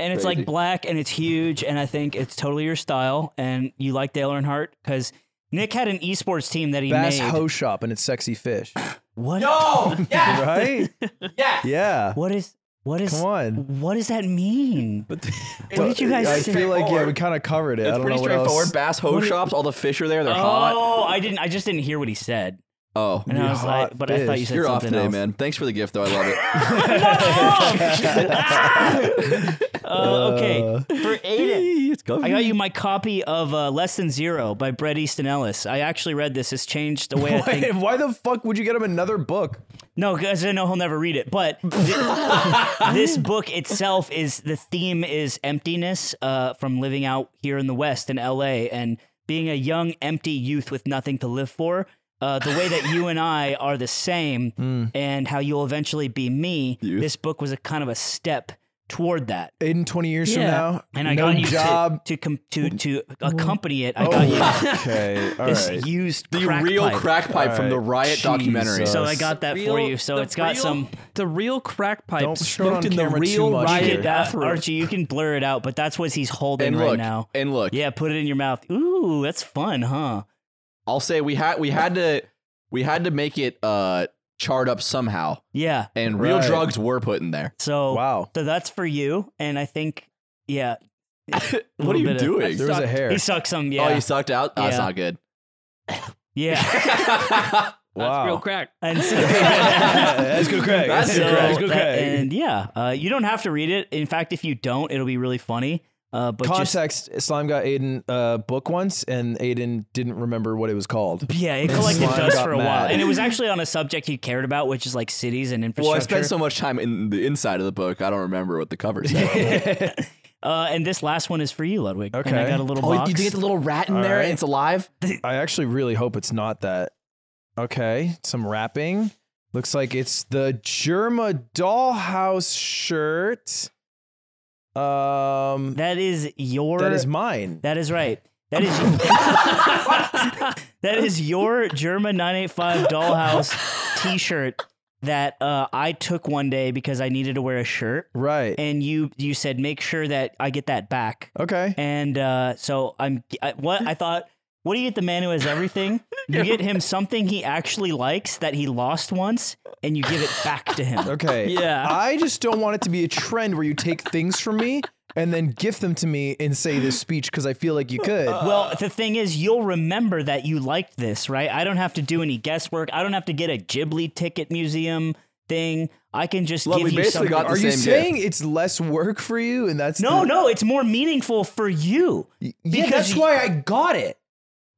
And it's Crazy. like black and it's huge, and I think it's totally your style. And you like Dale Earnhardt because Nick had an esports team that he Bass made. Ho Shop and it's sexy fish. <laughs> what? Yo, Oh, <laughs> yeah, Right? yeah. yeah. What is? What is? Come on. What does that mean? But What did you guys I say? feel like yeah, Straightforward. we kind of covered it. I It's don't pretty know what else. straightforward. Bass Ho do you- Shops. All the fish are there. They're hot. Oh, I didn't. I just didn't hear what he said, Oh, and I You're was hot like, but I thought fish. you said you're off something today, else. man. Thanks for the gift, though. I love <laughs> it. Uh, okay, Uh. for Aiden, <laughs> it's coming. I got you my copy of uh, Less Than Zero by Bret Easton Ellis. I actually read this. It's changed the way I <laughs> think. Wait, why the fuck would you get him another book? No, because I know he'll never read it. <laughs> But thi- this book itself is the theme is emptiness uh, from living out here in the West in LA and being a young, empty youth with nothing to live for. Uh, the way that you and I are the same and how you'll eventually be me. Hmm. Youth. This book was a kind of a step toward that. Aiden, 20 years Yeah. from now, And I no got you to- <laughs> Oh, job. to com- to, to accompany it. I got you <laughs> okay, all this right. used Oh, the crack real pipe. crack pipe from the Alright, Riot documentary. Jesus. So I got that for real- you. So the it's got real- some The real crack pipe Don't show it smoked on in the camera too real much riot here. bathroom. Archie, you can blur it out, but that's what he's holding and right look, now. and look. Yeah, put it in your mouth. Ooh, that's fun, huh? I'll say we had we had to we had to make it uh charred up somehow, Yeah. and real Right. drugs were put in there. So Wow, so that's for you. And I think yeah. What are little you bit of- doing? there was a hair. He sucked some, yeah. Ah, Oh, you sucked out. Oh, That's <laughs> Yeah. not good. yeah. Wow. <laughs> That's real crack. And so, <laughs> That's good, Craig. That's so good, Craig. That's good, that- Craig. and yeah, uh, you don't have to read it. In fact, if you don't, it'll be really funny. Uh, but just Context: Slime got Aiden a book once, and Aiden didn't remember what it was called. yeah, it collected Slime dust got for a while, mad. and it was actually on a subject he cared about, which is like cities and Well, infrastructure. I spent so much time in the inside of the book, I don't remember what the cover <laughs> said. uh, and this last one is for you, Ludwig. And I Okay. Oh, got a little Oh, box. little rat in All right. alive? I actually really hope it's not that. Okay, some wrapping. Looks like it's the Germa dollhouse shirt. Um, that is your. that is mine. That is right. That <laughs> is <laughs> that is your German 985 dollhouse T-shirt that uh, I took one day because I needed to wear a shirt, right. and you you said make sure that I get that back, Okay. and uh, so I'm I, what I thought. What do you get the man who has <laughs> everything? You get him something he actually likes that he lost once, and you give it back to him. <laughs> Okay. Yeah. I just don't want it to be a trend where you take things from me and then gift them to me and say this speech because I feel like you could. Well, the thing is, you'll remember that you liked this, right? I don't have to do any guesswork. I don't have to get a Ghibli ticket museum thing. I can just Look, give we you basically something. got Are the you same saying it's less work for you and that's no, the- no, it's more meaningful for you. Yeah, because that's you- why I got it.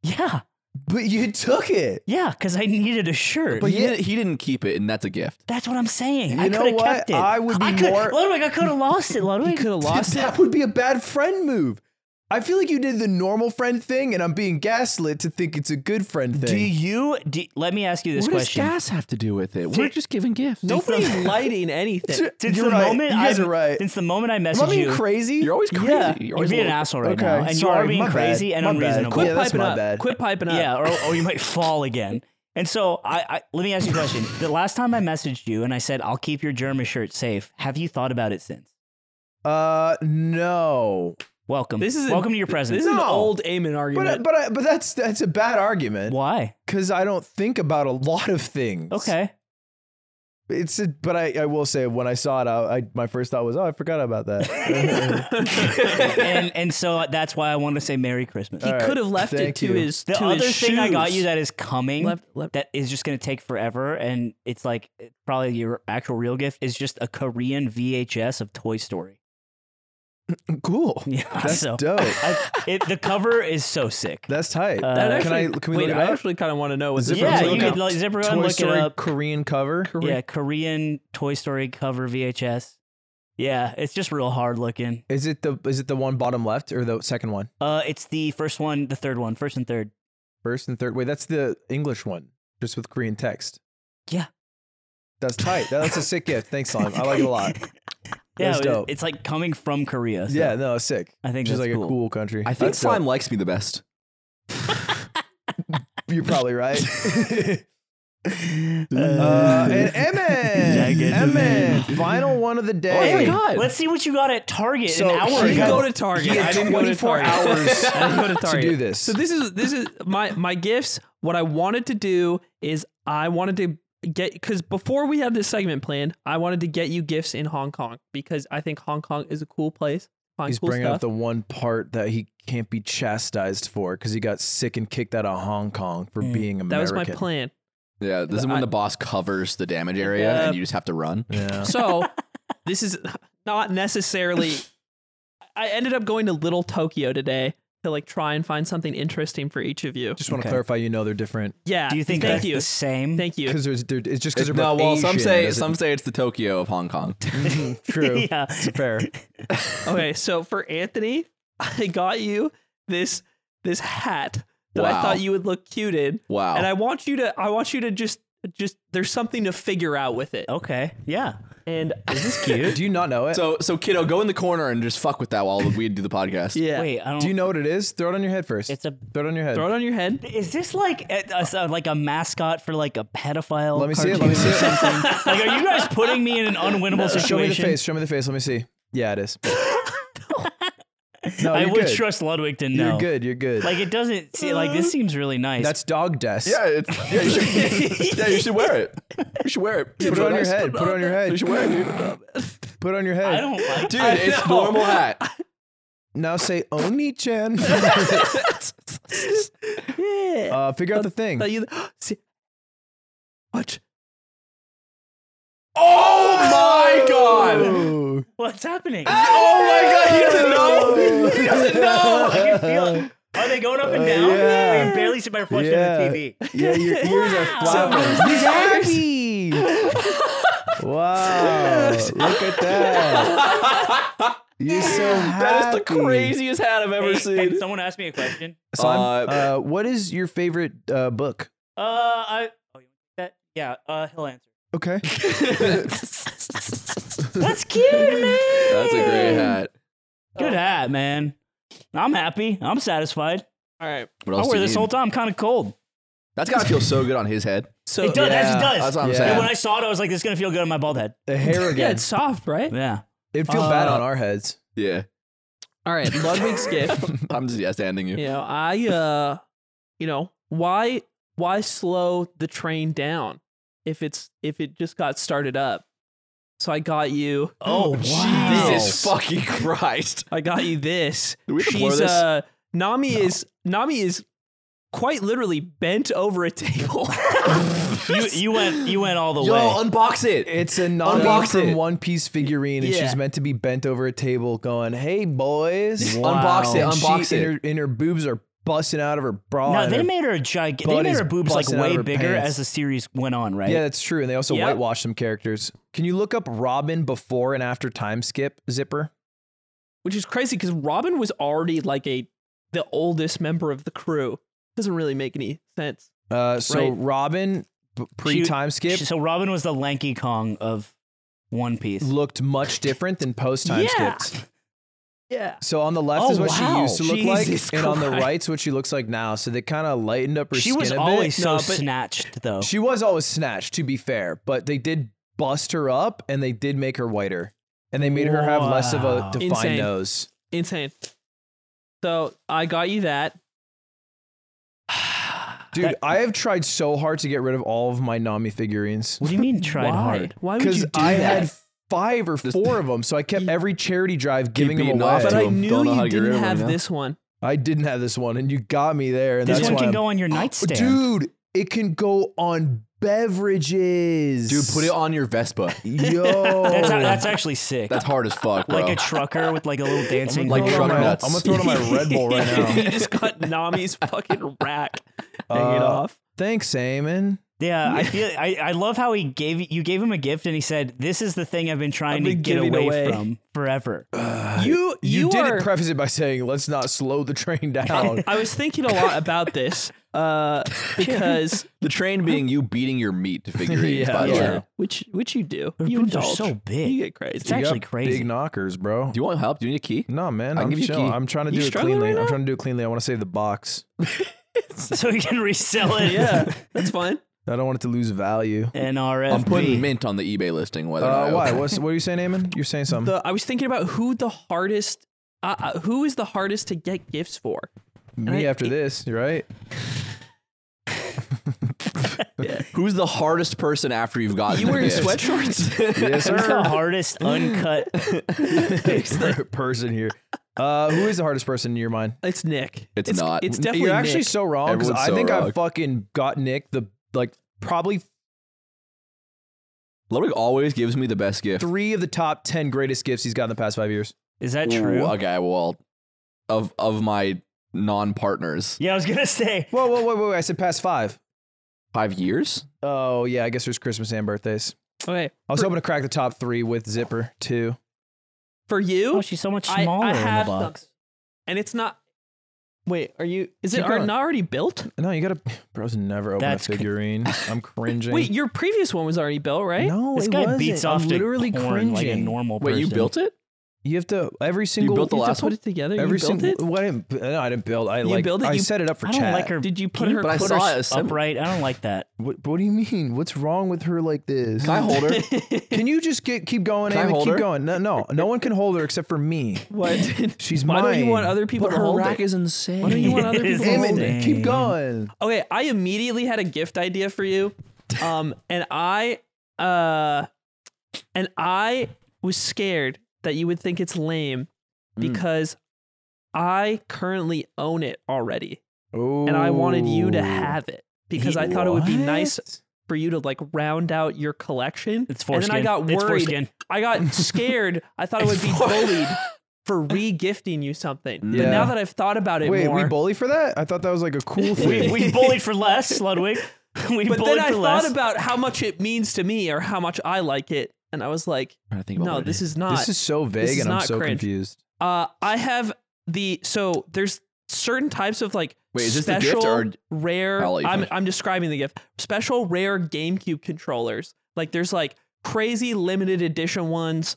Yeah, But you took it. yeah, because I needed a shirt. But he, didn't, he didn't keep it, and that's a gift. That's what I'm saying. You I know could have what? kept it. I would be could- more- Ludwig, I could have lost <laughs> it, Ludwig. Could have lost it. That would be a bad friend move. I feel like you did the normal friend thing, and I'm being gaslit to think it's a good friend Do thing. you? Do, let me ask you this what question. does gas have to do with it? We're just giving gifts. Nobody's <laughs> lighting anything. since You're the right. moment you guys I, are right. Since the moment I Am I messaged being you, crazy? You're always crazy. Yeah. You're you're always being an little- asshole right Okay, now, and you sorry, are being my bad, crazy and my bad. unreasonable. Quit Quit Yeah, that's piping my up. bad. Quit piping up. Yeah, or, or you <laughs> might fall again. And so I, I let me ask you a question. The last time I messaged you and I said I'll keep your German shirt safe, have you thought about it since? Uh, no. Welcome. This is a- welcome to your presence. This is an No. old Amon But argument. but I, but that's that's a bad argument Why? <laughs> because I don't think about a lot of things. Okay. It's a, but I, I will say when I saw it, I, I my first thought was oh I forgot <laughs> about that. <laughs> <laughs> and and so that's why I wanted to say Merry Christmas. he All right, could have left it thank to you. his. the Uh, to other thing his I got shoes. you that is coming Left- left- that is just going to take forever and it's like it- probably your actual real gift is just a Korean VHS of Toy Story. cool. <laughs> Yeah. That's so dope. I, it, the cover is so sick. That's tight. Uh, That can actually, I can we wait, look it I up? actually kind of want to know. What Is this it yeah, from you Toy could like, zip around Toy and look Story it up. Korean cover. Yeah, Korean Toy Story cover VHS. Yeah, it's just real hard looking. Is it the is it the one bottom left or the second one? Uh, it's the first one, the third one, first and third. First and third. Wait, that's the English one, just with Korean text. Yeah. That's tight. That's a sick gift. Thanks, Slime. I like it a lot. Yeah, That's it- dope. it's like coming from Korea. so Yeah, no, it's sick. I think Which is that's like cool. a cool country. I think That's dope. slime likes me the best. You're probably right. uh, Uh, and Emmett, Jagged Emmett, Emmett. final one of the Oh day. Hey, God. Let's see what you got at Target So an hour he ago. got- go to Target. He had I didn't go to 24 Target. hours <laughs> I didn't go <laughs> to to Target. do this. So this is this is my my gifts. What I wanted to do is I wanted to get because before we had this segment planned, I wanted to get you gifts in Hong Kong because I think Hong Kong is a cool place. Find He's cool bringing up stuff. the one part that he can't be chastised for because he got sick and kicked out of Hong Kong for Mm. being American. that was my plan. Yeah, this is when I- the boss covers the damage area Uh, and you just have to run. <laughs> Yeah. So <laughs> this is not necessarily. I ended up going to Little Tokyo today to like try and find something interesting for each of you. Just want Okay. to clarify, you know, they're different <laughs> Yeah. Do you think Thank that's you. the same? <laughs> Thank you. because there's there- it's just because they're no, both well, some Asian, say doesn't- <laughs> some say it's the Tokyo of Hong <laughs> Kong. Mhm, true. yeah. It's fair. Okay, so for Anthony, <laughs> I got you this this hat that I Wow. thought you would look cute in, Wow. and I want you to I want you to just just there's something to figure out with it. Okay. Yeah. And is <laughs> this Do you not know it? so so kiddo, go in the corner and just fuck with that while we do the podcast. yeah. Wait, I don't. Do you know what it is? Throw it on your head first. It's a. Throw it on your head. Throw it on your head. Is this like a, a- like a mascot for like a pedophile? Let me see it. Let me see <laughs> cartoon or it. something? like, are you guys putting me in an unwinnable situation? Show me the face. Show me the face. Let me see. Yeah, it is. No, I you're would good. trust Ludwig to know. You're good. You're good. Like it doesn't see like this seems really nice. That's dog desk. Yeah, it's, yeah, <laughs> you should, yeah, you should wear it. You should wear it. Put it on your head. Put it on your You head. should wear it, <laughs> dude. Put it on your I head. don't <laughs> like Dude, it's normal hat. <laughs> Now say Oni <laughs> Chan. Yeah. Uh, figure out the thing. Thought you- <gasps> See, Watch. Oh my god! Oh, What's happening? <laughs> Oh my god! He doesn't know. He doesn't I know. can feel it. Are they going up and Uh, down? yeah. I can barely see my reflection Yeah. in the <laughs> TV. yeah, <laughs> your ears are Wow. flapping. So- He's happy. wow, look at that. You're so happy. That is the craziest hat I've ever Hey, can seen. someone ask me a question? So I'm- Uh, uh, what is your favorite uh, book? Uh, I. Oh, you want that? Yeah. Uh, he'll answer. Okay. That's cute, man. That's a great hat. Good hat, man. I'm happy. I'm satisfied. All right. What I else do wear you this need? whole time. I'm kind of cold. That's gotta feel so good on his head. So it does. yeah. It does. That's what I'm Yeah. And when saying. I saw it, I was like, "This is gonna feel good on my bald head." The hair Yeah, again. it's soft, right? Yeah. It'd feel bad Uh, on our heads. Yeah. All right. Ludwig's gift. <laughs> I'm just yeah, standing you. You know, I uh you know, why why slow the train down if it's if it just got started up? So I got you Oh, wow. Jesus <laughs> fucking Christ. <laughs> I got you this. Do we have to blur She's this? uh Nami is Nami is quite literally bent over a table. <laughs> you you went you went all the Yo, way. unbox it. It's a Nami Unbox from it. One Piece figurine, and Yeah. she's meant to be bent over a table, going, "Hey, boys!" Wow. Unbox it. And Unbox she, it. And her, and her boobs are busting out of her bra. no, and they her- made her gig- They butt made is her boobs like busting out of way her bigger pants. as the series went on, right? Yeah, that's true. And they also Yep. whitewashed some characters. Can you look up Robin before and after time skip zipper? Which is crazy because Robin was already like a the oldest member of the crew. Doesn't really make any sense. Uh, so Right. Robin pre time skip She- So Robin was the lanky Kong of One Piece. looked much different than post time Yeah. skips. Yeah. So on the left Oh, is what wow. she used to look Jesus like, and on the Christ. right's what she looks like now. So they kind of lightened up her She skin was a bit. always so No, but- snatched, though. She was always snatched, to be fair, but they did bust her up and they did make her whiter. And they made her have less of Wow. a defined Insane. nose. Insane. So I got you that. Dude, I have tried so hard to get rid of all of my Nami figurines. what do you mean tried Why? hard? Why would you Because do I that? had five or four of them, so I kept every charity drive giving them beating off away. but to I him. knew Don't know how you to get rid didn't of him, have yeah. this one. <laughs> I didn't have this one, and you got me there. And This that's one why can I'm- go on your nightstand. Dude, it can go on beverages. Dude, put it on your <laughs> Vespa. Yo, That's, that's actually sick. That's hard as fuck, bro. like a trucker with like a little dancing. like girl. truck my, nuts. I'm gonna throw it on my Red Bull right <laughs> now. you just got Nami's fucking rack. Hang it Uh, off. Thanks, Eamon. Yeah, I feel. I, I love how he gave you gave him a gift, and he said, "This is the thing I've been trying to been get giving away, away." from forever." You You, didn't <laughs> are- preface it Oh. by saying, "Let's not slow the <laughs> train down." I was thinking a lot about this uh, because the train being you beating your meat to figurines, <laughs> Yeah. by the Yeah. way. which which you do. Her you boobs are indulge. so big. You get crazy. It's actually crazy. Big knockers, bro. Do you want help? Do you need a key? No, man. I can I'm give you chilling. key. I'm trying to You do it struggling cleanly. right I'm now? trying to do it cleanly. I want to save the box. so he can resell it. yeah, that's fine. I don't want it to lose value. NRFB. I'm putting mint on the eBay listing. Whether or Uh, not why? What's, what are you saying, Eamon? You're saying something. The, I was thinking about who the hardest, uh, uh, who is the hardest to get gifts for. Me I- after this, you're <laughs> right? Who's the hardest person after you've gotten <laughs> You the wearing gift? sweatshorts? Yes, Who's the sir. hardest uncut? <laughs> person here. Uh, who is the hardest person in your mind? <laughs> it's Nick. It's not. It's definitely You're actually Nick. so wrong because Everyone's I so think I wrong. fucking got Nick the like probably Ludwig always gives me the best gift. three of the top ten greatest gifts he's got in the past five years. Is that Ooh, true? okay, well, of of my non partners, Yeah, I was gonna say. Whoa, whoa, whoa, whoa! whoa, I said past five. five years. Oh yeah, I guess there's Christmas and birthdays. Okay, I was hoping to crack the top three with Zipper too. for you, Oh, she's so much I- I smaller have in the box. and it's not. Wait, are you? Is it Keep are going. not already built? No, you gotta. <sighs> Bros never open That's a con- figurine. <laughs> I'm cringing. Wait, your previous one was already built, right? no, This it guy wasn't. beats I'm off to literally porn cringing. like a normal Wait, person. you built it? You have to every single. built the you have to last put Put it together. Every you built single. it. Well, I didn't. No, I didn't build. I You like. built it? I You- set it up for I chat. don't like her. Did you put Can her But I put saw her it s- assembled. upright. I don't like that. What, what do you mean? What's wrong with her like this? Can I hold <laughs> her? Can you just get keep going, Can I Amy? hold Keep her? going. No, no, no one can hold her except for me. What? She's Why mine. don't you want other people But to her hold rack it? is insane. Why don't <laughs> you want other It is people to hold it? Eamon, keep Insane. going. Okay, I immediately had a gift idea for <laughs> you, um, and I, uh, and I was scared that you would think it's lame Hmm. because I currently own it already, and I wanted you to have it because I thought it would be nice. for you to like round out your collection. It's And foreskin. then I got It's worried. foreskin. I got scared. I thought I would be bullied for re-gifting you something. But Yeah. now that I've thought about it Wait, more, we bully for that? I thought that was like a cool We, thing. <laughs> we bullied for less, Ludwig. <laughs> We but bullied then I for thought less. about how much it means to me or how much I like it, and I was like, trying to think about no, what it this is not. this is so vague, is and I'm not so cringe. confused. uh, I have the so there's certain types of like Wait, is this the special gift or- rare. I'll let you I'm finish. I'm describing the gift. Special rare GameCube controllers. Like there's like crazy limited edition ones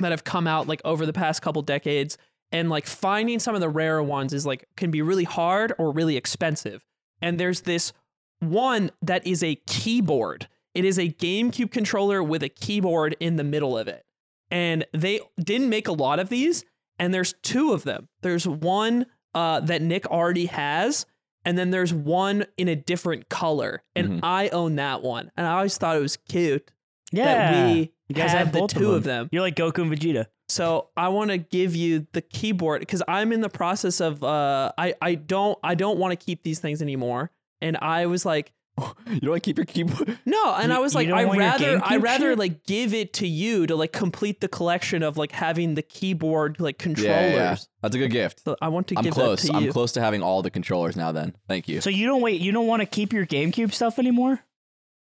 that have come out like over the past couple decades, and like finding some of the rarer ones is like can be really hard or really expensive. And there's this one that is a keyboard. It is a GameCube controller with a keyboard in the middle of it. And they didn't make a lot of these, and there's two of them. There's one uh, that Nick already has, and then there's one in a different color. Mhm. And I own that one. And I always thought it was cute yeah. that we you guys had have the both two of them. You're like Goku and Vegeta. So I want to give you the keyboard because I'm in the process of uh, I I don't I don't want to keep these things anymore. And I was like, You don't want to keep your keyboard. No, and You- I was you like, don't I want your rather, I GameCube rather shit? like give it to you to like complete the collection of like having the keyboard like Yeah, controllers. yeah, yeah. that's a good gift. So I want to I'm give close. that to I'm you. close to having all the controllers now. Then, thank you. So you don't wait. You don't want to keep your GameCube stuff anymore.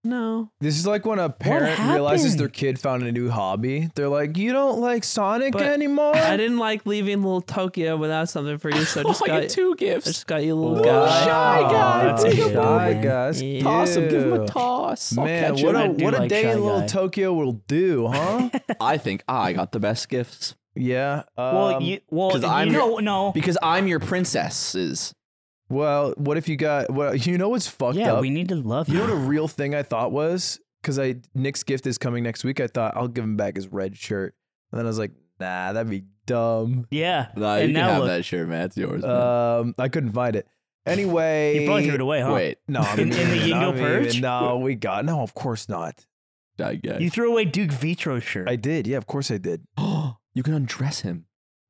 No, This is like when a parent realizes their kid found a new hobby. They're like, "You don't like Sonic But anymore." I didn't like leaving little Tokyo without something for you, so I just I got get two I gifts. just got you a little Wow. guy. Shy guy, That's take a him shy over. guy. That's Yeah. Toss him. Give him a cute. toss. I'll Man, catch what him. a I do what a like day Shy in little Guy. Tokyo will do, huh? I think I got the best gifts yeah. Um, Well, you well, 'cause you I'm- know, no. because I'm your princesses. well, what if you got? Well, you know what's fucked Yeah, up. we need to love you know you. what a real thing I thought was because I Nick's gift is coming next week. I thought I'll give him back his red shirt, and then I was like, "Nah, that'd be dumb." <laughs> Yeah, Nah, and you can now have look, that shirt, man. It's yours. man. Um, I couldn't find it. Anyway, you probably threw it away, huh? Wait, No, I'm In- in the even- Yingo I'm even- purge? No, we got no. Of course not. I guess You threw away Duke Vitro's shirt. I did. Yeah, of course I did. <gasps> you can undress him.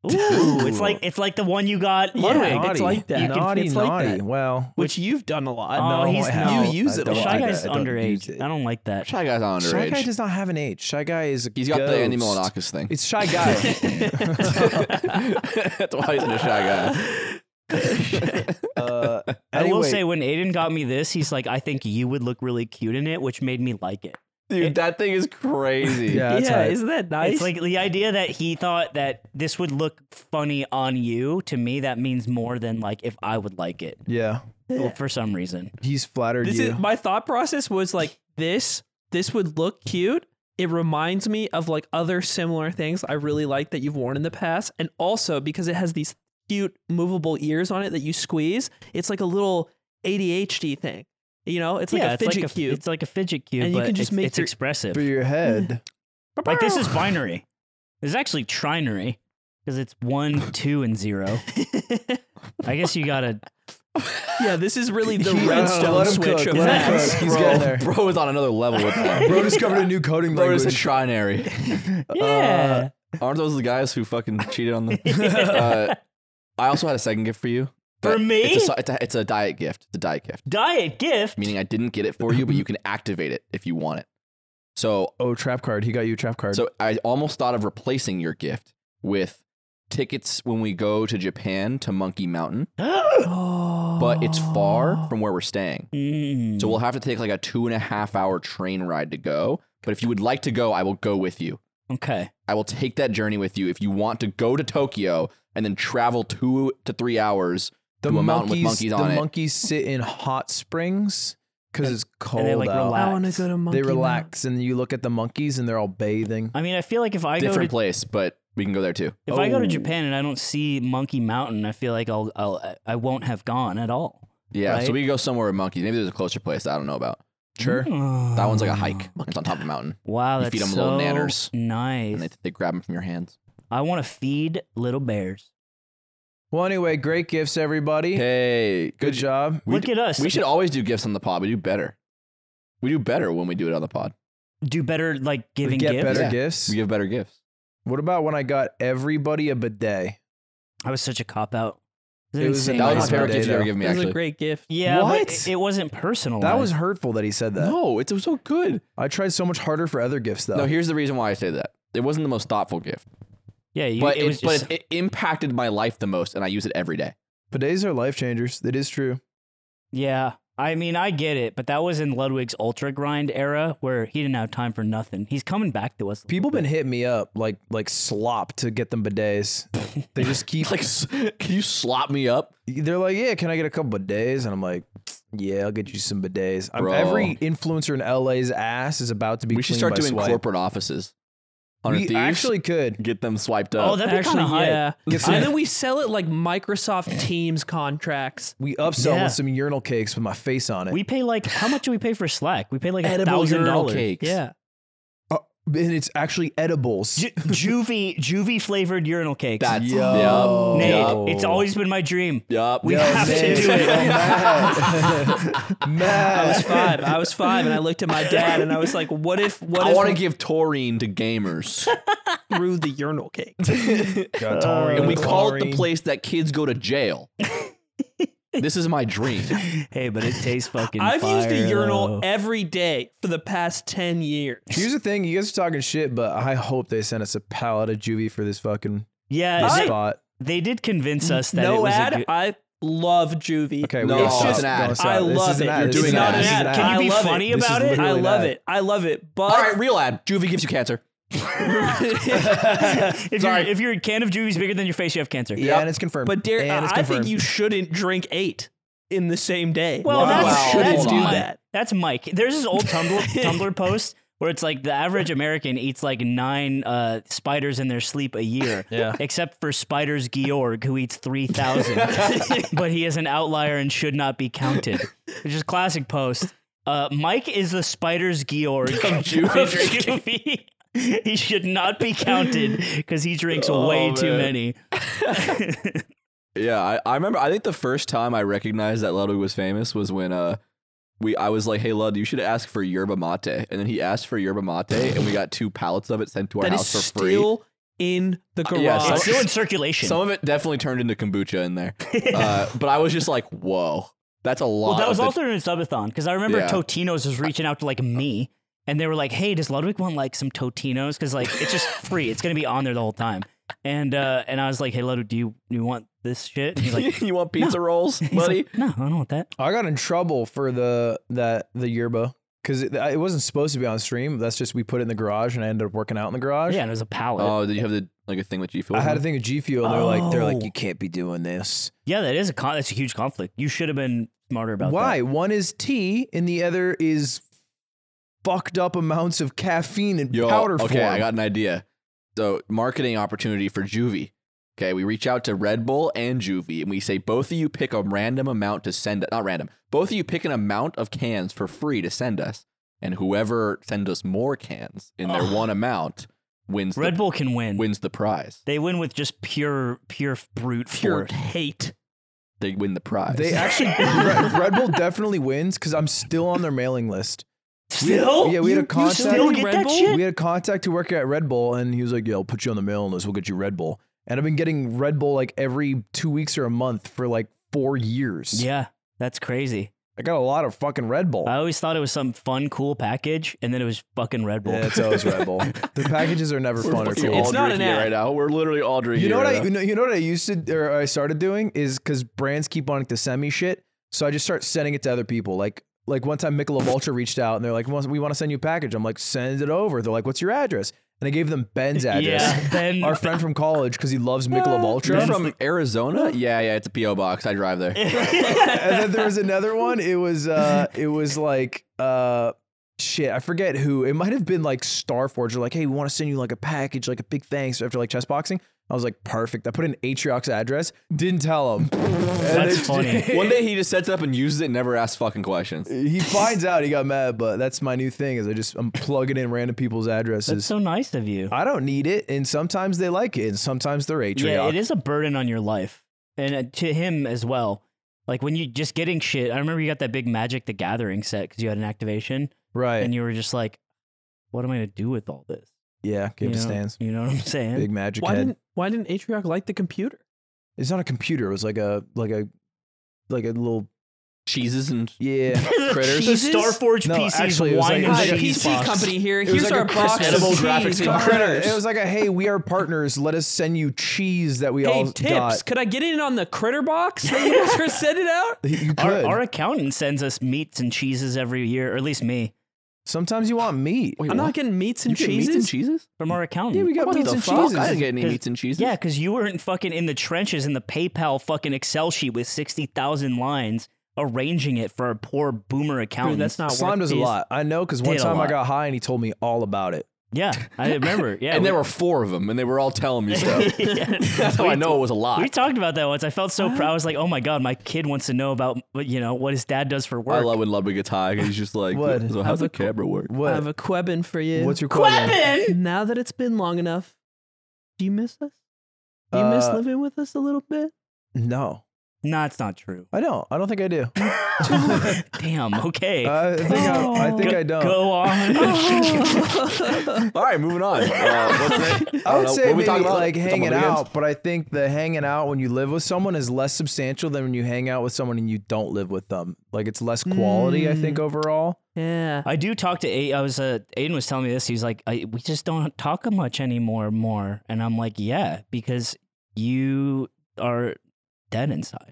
Ooh, it's like it's like the one you got. Yeah, Ludwig. it's like that. You can- naughty, it's like naughty. that. Well, which you've done a lot. Oh, no, he's I no. haven't. You use I it. don't Well, Shy like Guy's that. I don't use underage. it. I don't like that. Shy guy's not underage. Shy guy does not have an age. Shy guy is a He's got ghost. the Andy Milonakis thing. It's <laughs> shy guy. <laughs> <laughs> That's why he's in a Um, <laughs> shy guy. uh, I will anyway, say when Aiden got me this, he's like, I think you would look really cute in it, which made me like it. Dude, that thing is crazy. Yeah, that's yeah, hype. isn't that nice? It's like the idea that he thought that this would look funny on you. To me, that means more than like if I would like it. yeah, Well, for some reason, he's flattered this you. is my thought process was like this. This would look cute. It reminds me of like other similar things I really like that you've worn in the past, and also because it has these cute movable ears on it that you squeeze, it's like a little ADHD thing. You know, it's like yeah, a fidget it's like cube. A, it's like a fidget cube, And you but can just it's, make it's your- expressive. for your <laughs> head. like this <laughs> is binary. This is actually trinary because it's <laughs> one, two, and zero. I guess you gotta. yeah, this is really the Yeah, redstone let him switch cook, of let him that. cook. He's getting bro, there. bro is on another level with <laughs> that. Bro discovered a new coding Bro is a language. trinary. uh, Yeah. Aren't those the guys who fucking cheated on <laughs> them? uh, I also had a second gift for you. For but me? it's a, so- it's, a, it's a diet gift. It's a diet gift, Diet gift. meaning I didn't get it for you, but you <laughs> can activate it if you want it. So, oh, trap card. He got you a trap card. so I almost thought of replacing your gift with tickets when we go to Japan to Monkey Mountain, but it's Oh. far from where we're staying. <gasps> Mm. So we'll have to take like a two and a half hour train ride to go. But if you would like to go, I will go with you. okay. I will take that journey with you if you want to go to Tokyo and then travel two to three hours the to a mountain with monkeys, monkeys the on it. monkeys sit in hot springs because it's cold and they, like, out. relax. I want to go to monkey. They Mountain. relax, and you look at the monkeys, and they're all bathing. I mean, I feel like if I go Different to place, but we can go there too. If I go to Oh. Japan and I don't see Monkey Mountain, I feel like I'll, I'll I won't have gone at all. Yeah, Right? so we could go somewhere with monkeys. Maybe there's a closer place that I don't know about. Hmm. Sure. That one's like a hike. It's on top of a mountain, <sighs> Wow, You that's feed 'em so little nanners, nice. and they, they grab them from your hands. I want to feed little bears. Well, anyway, great gifts, everybody. Hey, Good job. We Look d- at us. We should always do gifts on the pod. We do better. We do better when we do it on the pod. do better, like We giving get gifts. better Yeah. gifts. We give better gifts. What about when I got everybody a bidet? I was such a cop out. It was- insane. That was my Nice favorite birthday, gift you ever though. given me. It was Actually, a great gift. Yeah, but What? it- it wasn't personal. That was hurtful that he said that. Oh no, it's, it was so good. I tried so much harder for other gifts though. No, here's the reason why I say that. It wasn't the most thoughtful gift, yeah, you, but it was it, but just it, it impacted my life the most, and I use it every day. <laughs> Bidets are life changers. That is true. yeah. I mean, I get it, but that was in Ludwig's ultra grind era where he didn't have time for nothing. He's coming back to us. a People little been hitting me up like like slop to get them bidets. They <laughs> just keep Like, s- can you slop me up? they're like, yeah, can I get a couple bidets? And I'm like, yeah, I'll get you some bidets. I'm, Bro. every influencer in LA's ass is about to be. we should cleaned start by doing swipe. corporate offices. Hundred We thieves, actually could. <laughs> get them swiped bit. up. oh, that'd be kind Actually, of high. yeah. Get some- And then we sell it like Microsoft Teams contracts. We upsell Yeah. with some urinal cakes with my face on it. We pay like how much do we pay for Slack? We pay like a Edible thousand urinal dollars. cakes. Yeah, Uh, and it's actually edibles. Ju- juvie juvie flavored urinal cakes. <laughs> That's Yo. Nate, Yo. it's always been my dream. yup. We Yo, have Nate, to do <laughs> <laughs> yo, it. Matt. I <laughs> was Matt. five. I was five, and I looked at my dad, and I was like, "What if? What I if want to give taurine <laughs> to gamers, through the urinal cake?" Got taurine, and we call it the chlorine. place that kids go to <laughs> jail. this is my dream. hey, but it tastes fucking. I've used fire, a urinal though. every day for the past ten years. Here's the thing, you guys are talking shit, but I hope they sent us a pallet of juvie for this fucking yeah, this they, spot. they did convince us that it No was a ad. good- I love juvie. Okay, No, we it's stop. just an ad. Don't stop. I This love is it. an ad. You're This doing is it's an not ad. an This is ad. Can you I be love funny it. This is about it? I literally an love ad. it. I love it. All right, But real ad. Juvie gives you cancer. <laughs> if Sorry. Your, if your can of juvie's bigger than your face, you have cancer. Yeah, and it's confirmed. but Derek, And it's I think confirmed. you shouldn't drink eight in the same day. Well, Wow. that's, Wow. that's Hold shouldn't do Mike. that. That's Mike. There's this old Tumblr Tumblr post where it's like the average American eats like nine uh, spiders in their sleep a year. Yeah. Except for spiders Georg, who eats three thousand, but he is an outlier and should not be counted. Which is classic post. Uh, Mike is the spiders Georg of juvie juvie. He should not be counted because he drinks way too man. many. Yeah, I, I remember. I think the first time I recognized that Ludwig was famous was when uh we I was like, "Hey Lud, you should ask for yerba mate," and then he asked for yerba mate, and we got two pallets of it sent to our That is house for free. still in the Uh, garage. yeah, It's some- still in circulation. Some of it definitely turned into kombucha <laughs> in there, uh, but I was just like, "Whoa, that's a lot." Well, that of was the- also during Subathon because I remember Yeah. Totino's was reaching out to like me, and they were like, "Hey, does Ludwig want like some Totino's? Because like it's <laughs> just free, it's gonna be on there the whole time." And uh, and I was like, "Hey, Ludwig, do you you want this shit?" And <laughs> he's like, you want pizza <laughs> rolls, he's buddy? like, "No, I don't want that." I got in trouble for the that the yerba because it, it wasn't supposed to be on stream. That's just we put it in the garage, and I ended up working out in the garage. Yeah, and it was a pallet. oh, did you have the like a thing with G Fuel? I had a thing of G Fuel, and they're like, they're like, Oh. you can't be doing this. yeah, that is a con- that's a huge conflict. You should have been smarter about Why? that. One is tea, and the other is fucked up amounts of caffeine and Yo, powder okay, form. I got an idea. So, marketing opportunity for Juvie. Okay, we reach out to Red Bull and Juvie and we say, both of you pick a random amount to send, not random, both of you pick an amount of cans for free to send us. And whoever sends us more cans in their one amount wins, Red the, Bull can win. wins the prize. They win with just pure pure brute pure force. hate. They win the prize. They <laughs> actually Red, Red Bull definitely wins because I'm still on their mailing list. Still, yeah, we had a You- contact- You still get Red that Bull? shit. We had a contact who worked at Red Bull, and he was like, "Yo, I'll put you on the mailing list. We'll get you Red Bull." And I've been getting Red Bull like every two weeks or a month for like four years. yeah, that's crazy. I got a lot of fucking Red Bull. I always thought it was some fun, cool package, and then it was fucking Red Bull. <laughs> yeah, it's always Red Bull. The packages are never We're fun or fucking cool. all It's not an drinking it ad. right now. We're literally all drinking. You know it what I? right You now. know, you know what I used to or I started doing is because brands keep wanting to send me shit, so I just start sending it to other people. Like like one time, Michelob Ultra reached out and they're like, "We want to send you a package." I'm like, "Send it over." They're like, "What's your address?" And I gave them Ben's address. <laughs> Yeah, Ben. Our friend from college, because he loves Michelob Ultra. You're from Arizona? Yeah, yeah, it's a P.O. box. I drive there. and then there <laughs> was another one. It was uh it was like uh shit, I forget who. It might have been like Starforge. They're like, hey, we want to send you like a package, like a big thanks after like chess boxing. I was like, perfect. I put in Atriox address, didn't tell him. That's funny. One day he just sets it up and uses it and never asks fucking questions. He finds out he got mad, but that's my new thing is I just I'm plugging in random people's That's addresses. so nice of you. I don't need it, and sometimes they like it, and sometimes they're Atriox. Yeah, it is a burden on your life, and uh, to him as well. Like when you just getting shit. I remember you got that big Magic the Gathering set because you had an activation, Right. and you were just like, "What am I gonna do with all this?" Yeah, You give it know- stands. You know what I'm saying? Big magic Why head. didn't Why didn't Atrioc like the computer? It's not a computer. It was like a like a like a little Cheeses and <laughs> yeah. <laughs> Critters? The Starforge No, PC's actually, it was wine like- and it was Hi, like a cheese PC box. company here. It was Here's like our a box of Edible cheese graphics and card. critters. It was like a hey, we are partners. Let us send you cheese that we hey, all tips. got. Could I get in on the <laughs> critter box? when you guys are sending out. You Our, could. our accountant sends us meats and cheeses every year, or at least me Sometimes you want meat. Wait, I'm what? not getting meats and You get cheeses. meats and cheeses? from our accountant. Yeah, we got What meats the and fuck? cheeses. I didn't get any 'Cause- meats and cheeses. Yeah, because you weren't fucking in the trenches in the PayPal fucking Excel sheet with 60,000 lines arranging it for our poor boomer accountant. Dude, that's not Slime worth does a these. lot. I know because one Did a time I lot. got high and he told me all about it. Yeah, I <laughs> remember. Yeah. and we- there were four of them, and they were all telling me stuff. Yeah. <laughs> That's how I know it was a We lot. talked about that once. I felt so proud. I was like, "Oh my god, my kid wants to know about what you know what his dad does for work." I love when Ludwig gets high. 'cause He's just like, What? So how's the camera work? <laughs> I have What? a quebbin for you. What's your question? now that it's been long enough, do you miss us? Do you miss Uh, living with us a little bit? No, no, it's not true. I don't. I don't think I do. <laughs> Damn. Okay. I think I, I think go, I don't. Go on. <laughs> <laughs> All right, moving on. Uh, what's next? I would don't know. say What we maybe talking about? like Talking hanging about video out, but I think the hanging out when you live with someone is less substantial than when you hang out with someone and you don't live with them. Like it's less quality, I Hmm. think overall. yeah. I do talk to A I was uh, Aiden was telling me this. He's like, I, we just don't talk much anymore. More, and I'm like, yeah, because you are dead inside.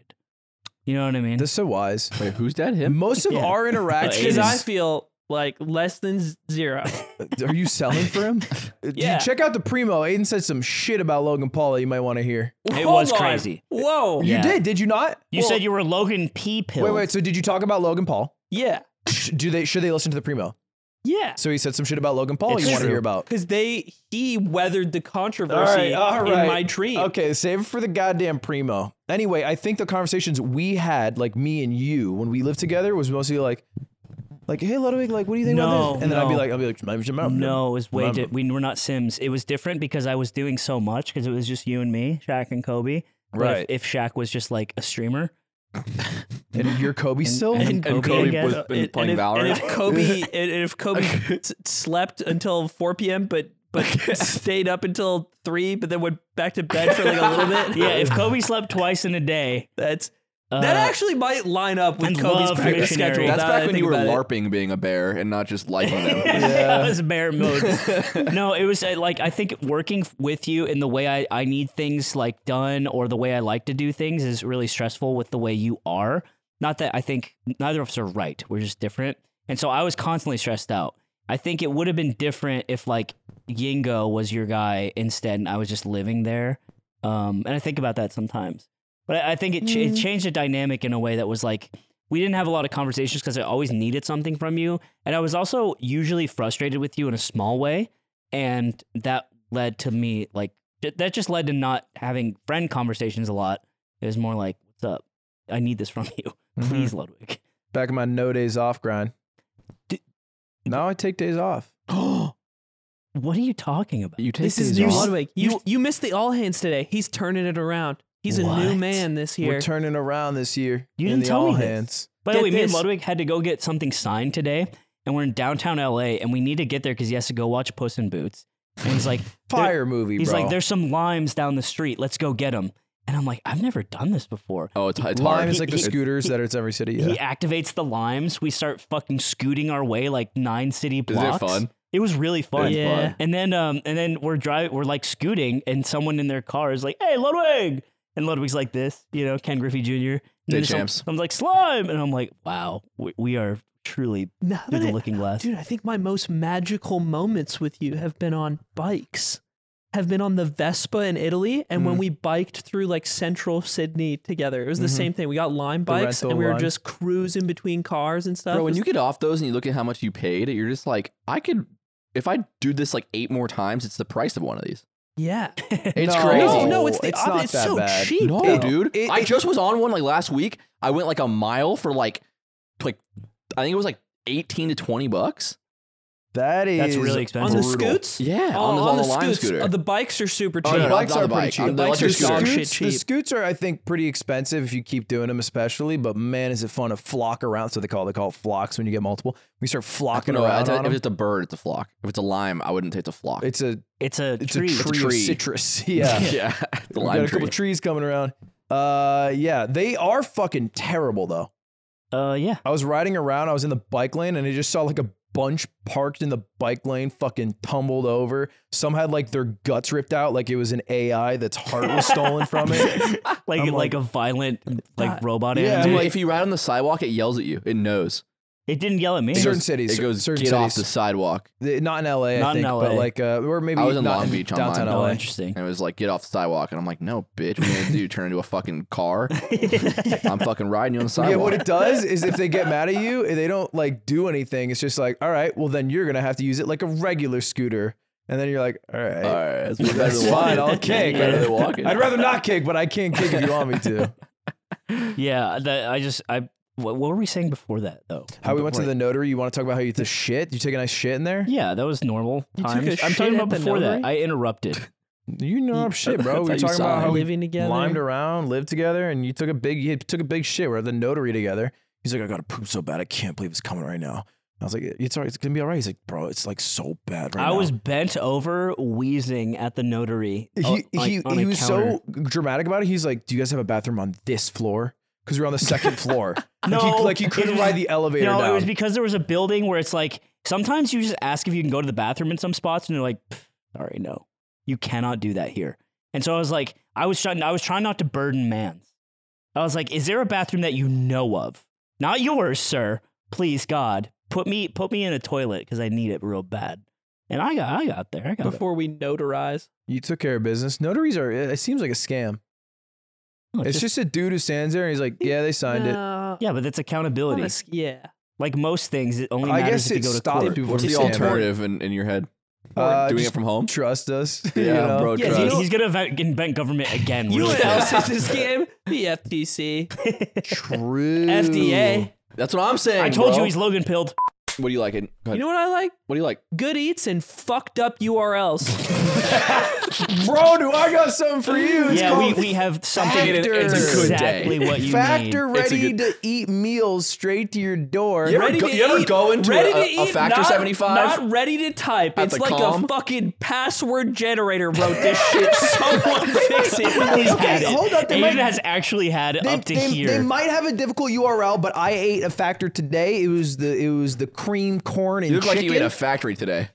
You know what I mean? This is so wise. games? Wait, who's dead? Him? Most of Yeah. <laughs> our Because interactions. I feel like less than z- zero. <laughs> are you selling for <laughs> him? Yeah. You check out the primo. Aiden said some shit about Logan Paul that you might want to hear. <laughs> it Hold was on. crazy. Whoa. Yeah. You did, did you not? You said you were Logan P. Pill. Wait, wait. So did you talk about Logan Paul? Yeah. Sh- Do they should they listen to the primo? Yeah. So he said some shit about Logan Paul It's you want to true. hear about. Because they he weathered the controversy All right, all right. in my dream. Okay, save it for the goddamn primo. Anyway, I think the conversations we had, like me and you, when we lived together, was mostly like, like, hey Ludwig, like, what do you think about No, this? And then I'd be no. like, I'd be like, "Jim, Jim, Jim." No, it was way Remember. di- we were not Sims. It was different because I was doing so much because it was just you and me, Shaq and Kobe. But Right. If, if Shaq was just like a streamer, and you're Kobe still. and- And Kobe, I Kobe guess. was And, been playing and, if, and if Valorant. Kobe and, and if Kobe s- slept until 4 p.m. but but stayed up until three, but then went back to bed for like a little bit. yeah, if Kobe slept twice in a day, that's uh, that actually might line up with and Kobe's love practice missionary. schedule. That's now that I back when think you were about it. LARPing being a bear and not just liking them. <laughs> yeah. was bear mode. no, it was uh, like I think working with you in the way I, I need things like done or the way I like to do things is really stressful with the way you are. Not that I think neither of us are right. We're just different. And so I was constantly stressed out. I think it would have been different if like Yingo was your guy instead and I was just living there. Um, and I think about that sometimes. But I I think it, ch- it changed the dynamic in a way that was like, we didn't have a lot of conversations because I always needed something from you. And I was also usually frustrated with you in a small way. And that led to me, like, th- that just led to not having friend conversations a lot. It was more like, what's up? I need this from <laughs> you. Mm-hmm. Please, Ludwig. Back in my no days off grind. Di- now I take days off. What are you talking about? You take This is these new off? Ludwig. You you missed the all hands today. He's turning it around. He's a new What? man this We're year. turning around this year. You in didn't the tell me all this. hands. By the Get way, me and this. Ludwig had to go get something signed today, and we're in downtown LA, and we need to get there because he has to go watch Puss in Boots. And he's like, Fire movie, he's bro. like, there's some limes down the street. Let's go get them. And I'm like, I've never done this before. Oh, it's, it's Lime hard. is like the He- he- scooters that it's every city. Yeah. He activates the limes. We start fucking scooting our way like nine city Is it blocks. fun? It was really fun. It's Yeah. fun. And then, um, and then we're driving. We're like scooting, and someone in their car is like, "Hey, Ludwig!" And Ludwig's like this, you know, Ken Griffey Jr. Day And champs. I'm like, "Slime!" And I'm like, "Wow, we, we are truly Now through that the I- looking glass." Dude, I think my most magical moments with you have been on bikes. Have been on the Vespa in Italy, and when we biked through like central Sydney together, it was the same thing. We got Lime bikes, rental and we were Lime. just cruising between cars and stuff. Bro, when It you get off those and you look at how much you paid, you're just like, I could, if I do this like eight more times, it's the price of one of these. was- yeah, It's crazy. No, no, it's the it's opposite. not It's that so bad. cheap. No, No. dude. It- I it- just was on one like last week. I went like a mile for like, like, I think it was like 18 to 20 bucks. That is That's really on expensive. the brutal. scoots, Yeah, Oh, on the- on the scoots, Lime scooter. uh, the bikes are super cheap. Oh, no, no, bikes not the are pretty bike. cheap. The Bikes electric are scooter. dog scoots, shit The cheap. scoots are, I think, pretty expensive if you keep doing them, especially. But man, is it fun to flock around. So they call it, they call it flocks when you get multiple. We start flocking No, around. I- uh, on if 'em. it's a bird, it's a flock. If it's a lime, I wouldn't say it's a flock. It's a It's a it's tree. a tree, of tree. citrus. <laughs> Yeah, <laughs> yeah, the we lime got a tree. <laughs> couple trees coming around. Uh, yeah, they are fucking terrible though. Uh, yeah. I was riding around, I was in the bike lane, and I just saw like a bunch parked in the bike lane, fucking tumbled over. Some had like their guts ripped out, like it was an AI that's heart was stolen from <laughs> it. Like I'm like, like- a violent like robot Yeah, animal. I'm Dude, like- if you ride on the sidewalk, it yells at you. It knows. it didn't yell at me. Certain cities, It goes get certain off the cities. sidewalk. The- Not in LA, I Not in think, but LA. like, uh, or maybe I was in not Long Beach on downtown mine. oh, LA. interesting. And it was like, get off the sidewalk. And I'm like, no, bitch. What are you <laughs> gonna do? Turn into a fucking car? <laughs> <laughs> I'm fucking riding you on the Yeah, sidewalk. what <laughs> it does is if they get mad at you, they don't like do anything. It's just like, all right, well then you're gonna have to use it like a regular scooter, and then you're like, all right, All <laughs> right, it's better That's than fine, walking. I'll kick. Better than walking. I'd rather not kick, but I can kick if you want me to. <laughs> Yeah, that, I just I what, what were we saying before that though? How we went to the notary. You want to talk about how you took the shit? You take a nice shit in there? Yeah, that was normal You took times. a I'm shit talking at about the before that. notary? I interrupted. You know shit, bro. We were That's how you talking about saw how it. we living together. limed around, lived together, and you took a big you took a big shit. We're at the notary together. He's like, I gotta poop so bad, I can't believe it's coming right now. I was like, it's all right, it's gonna be all right. He's like, bro, it's like so bad right I now. was bent over wheezing at the notary. o- he, uh, like, he, on he a was counter. so dramatic about it. He's like, "Do you guys have a bathroom on this floor?" Because we are on the second <laughs> floor. No, like he, like he couldn't it was- ride the elevator No, down. it was because there was a building where it's like sometimes you just ask if you can go to the bathroom in some spots, and they're like, "Pff, "Sorry, no, you cannot do that here." And so I was like, I was trying, I was trying not to burden man's. I was like, "Is there a bathroom that you know of? Not yours, sir. Please, God, put me, put me in a toilet because I need it real bad." And I got, I got there. I got before we notarize. you took care of business. Notaries are. It it seems like a scam. there. It's just a dude who stands there and he's like, "Yeah, they signed it." Nah, yeah, but that's I'm accountability. a s- yeah. Like most things, it only I matters if guess you it go to stopped court. people What's from the standing there. alternative in, in your head? Uh, Doing just it from home? Trust us. <laughs> Yeah, you know? bro. Yeah, trust. you He's, know- he's gonna inve- invent government again. You know real what quick. else is this game? The FTC, True. FDA. That's what I'm saying. I told you bro. he's Logan pilled. What do you like? Go ahead. You know what I like? what do you like? Good eats and fucked up URLs. Bro, do I got something for you? It's yeah, we, called we have something. Factor. It's a good day. exactly what you Factor need. ready to eat meals straight to your door. <laughs> You ever ready go- to you ever eat, go into ready a- to a eat, Factor not- 75? Not ready to type. It's the like com? a fucking password generator wrote this shit. <laughs> Someone fix it. <laughs> Please He's had Okay, it. hold up, they Aiden might- has actually had They- up to they, here. they might have a difficult URL, but I ate a factor today. It was the it was the cream corn and You look like chicken. you ate a factory today.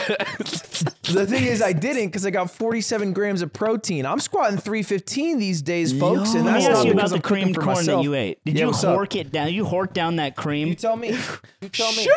the thing <laughs> is, I didn't because I got 47 grams of protein. I'm squatting 315 these days, folks, and Let that's me ask not you because about the I'm cooking creamed for corn myself. that you ate. Did Yeah, you what's up? hork it down? You horked down that cream. You tell me. You <laughs> tell me.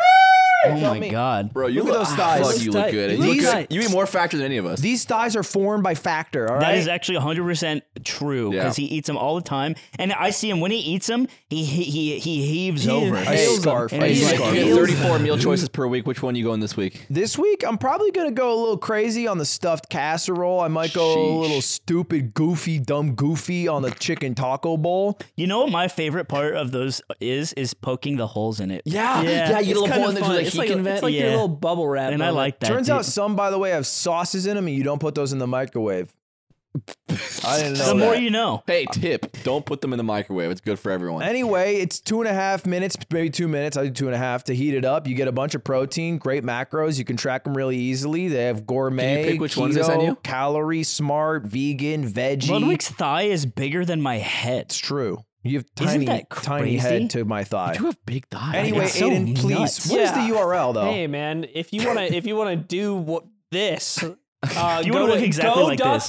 oh my me. god, Bro, you Look at look, those ah, thighs. Fuck, you Those look thighs. good. You, These look thighs. good. you eat more factor than any of us. These thighs are formed by factor. All right. That is actually 100% true Yeah. because he eats them all the time. And I see him when he eats them, he he, he, he heaves He over. I inhales scarf. And I he's you like, scarf. get feels- 34 meal choices per week. Which one you going this week? This week, I'm probably gonna go a little crazy on the stuffed casserole. I might go a Sheesh. little stupid, goofy, dumb, goofy on the chicken taco bowl. You know what my favorite part of those is? Is poking the holes in it. Yeah, it's kinda fun. It's like, a- it's like your Yeah. little bubble wrap. And I moment. like that. Turns dude. out some, by the way, have sauces in them, and you don't put those in the microwave. I didn't know the more that. you know. Hey, tip: don't put them in the microwave. It's good for everyone. Anyway, it's two and a half minutes, maybe two minutes. I do two and a half to heat it up. You get a bunch of protein, great macros. You can track them really easily. They have gourmet, pick which keto, ones they send you? calorie smart, vegan, veggie. Ludwig's thigh is bigger than my head. it's true. You have Isn't tiny, that tiny crazy? head to my thigh. you have big thighs. Anyway, it's so Aiden, please. nuts. What is the Yeah. URL Oh. though? Hey man, if you wanna if you wanna do what <laughs> this uh, You go wanna look to exactly like this.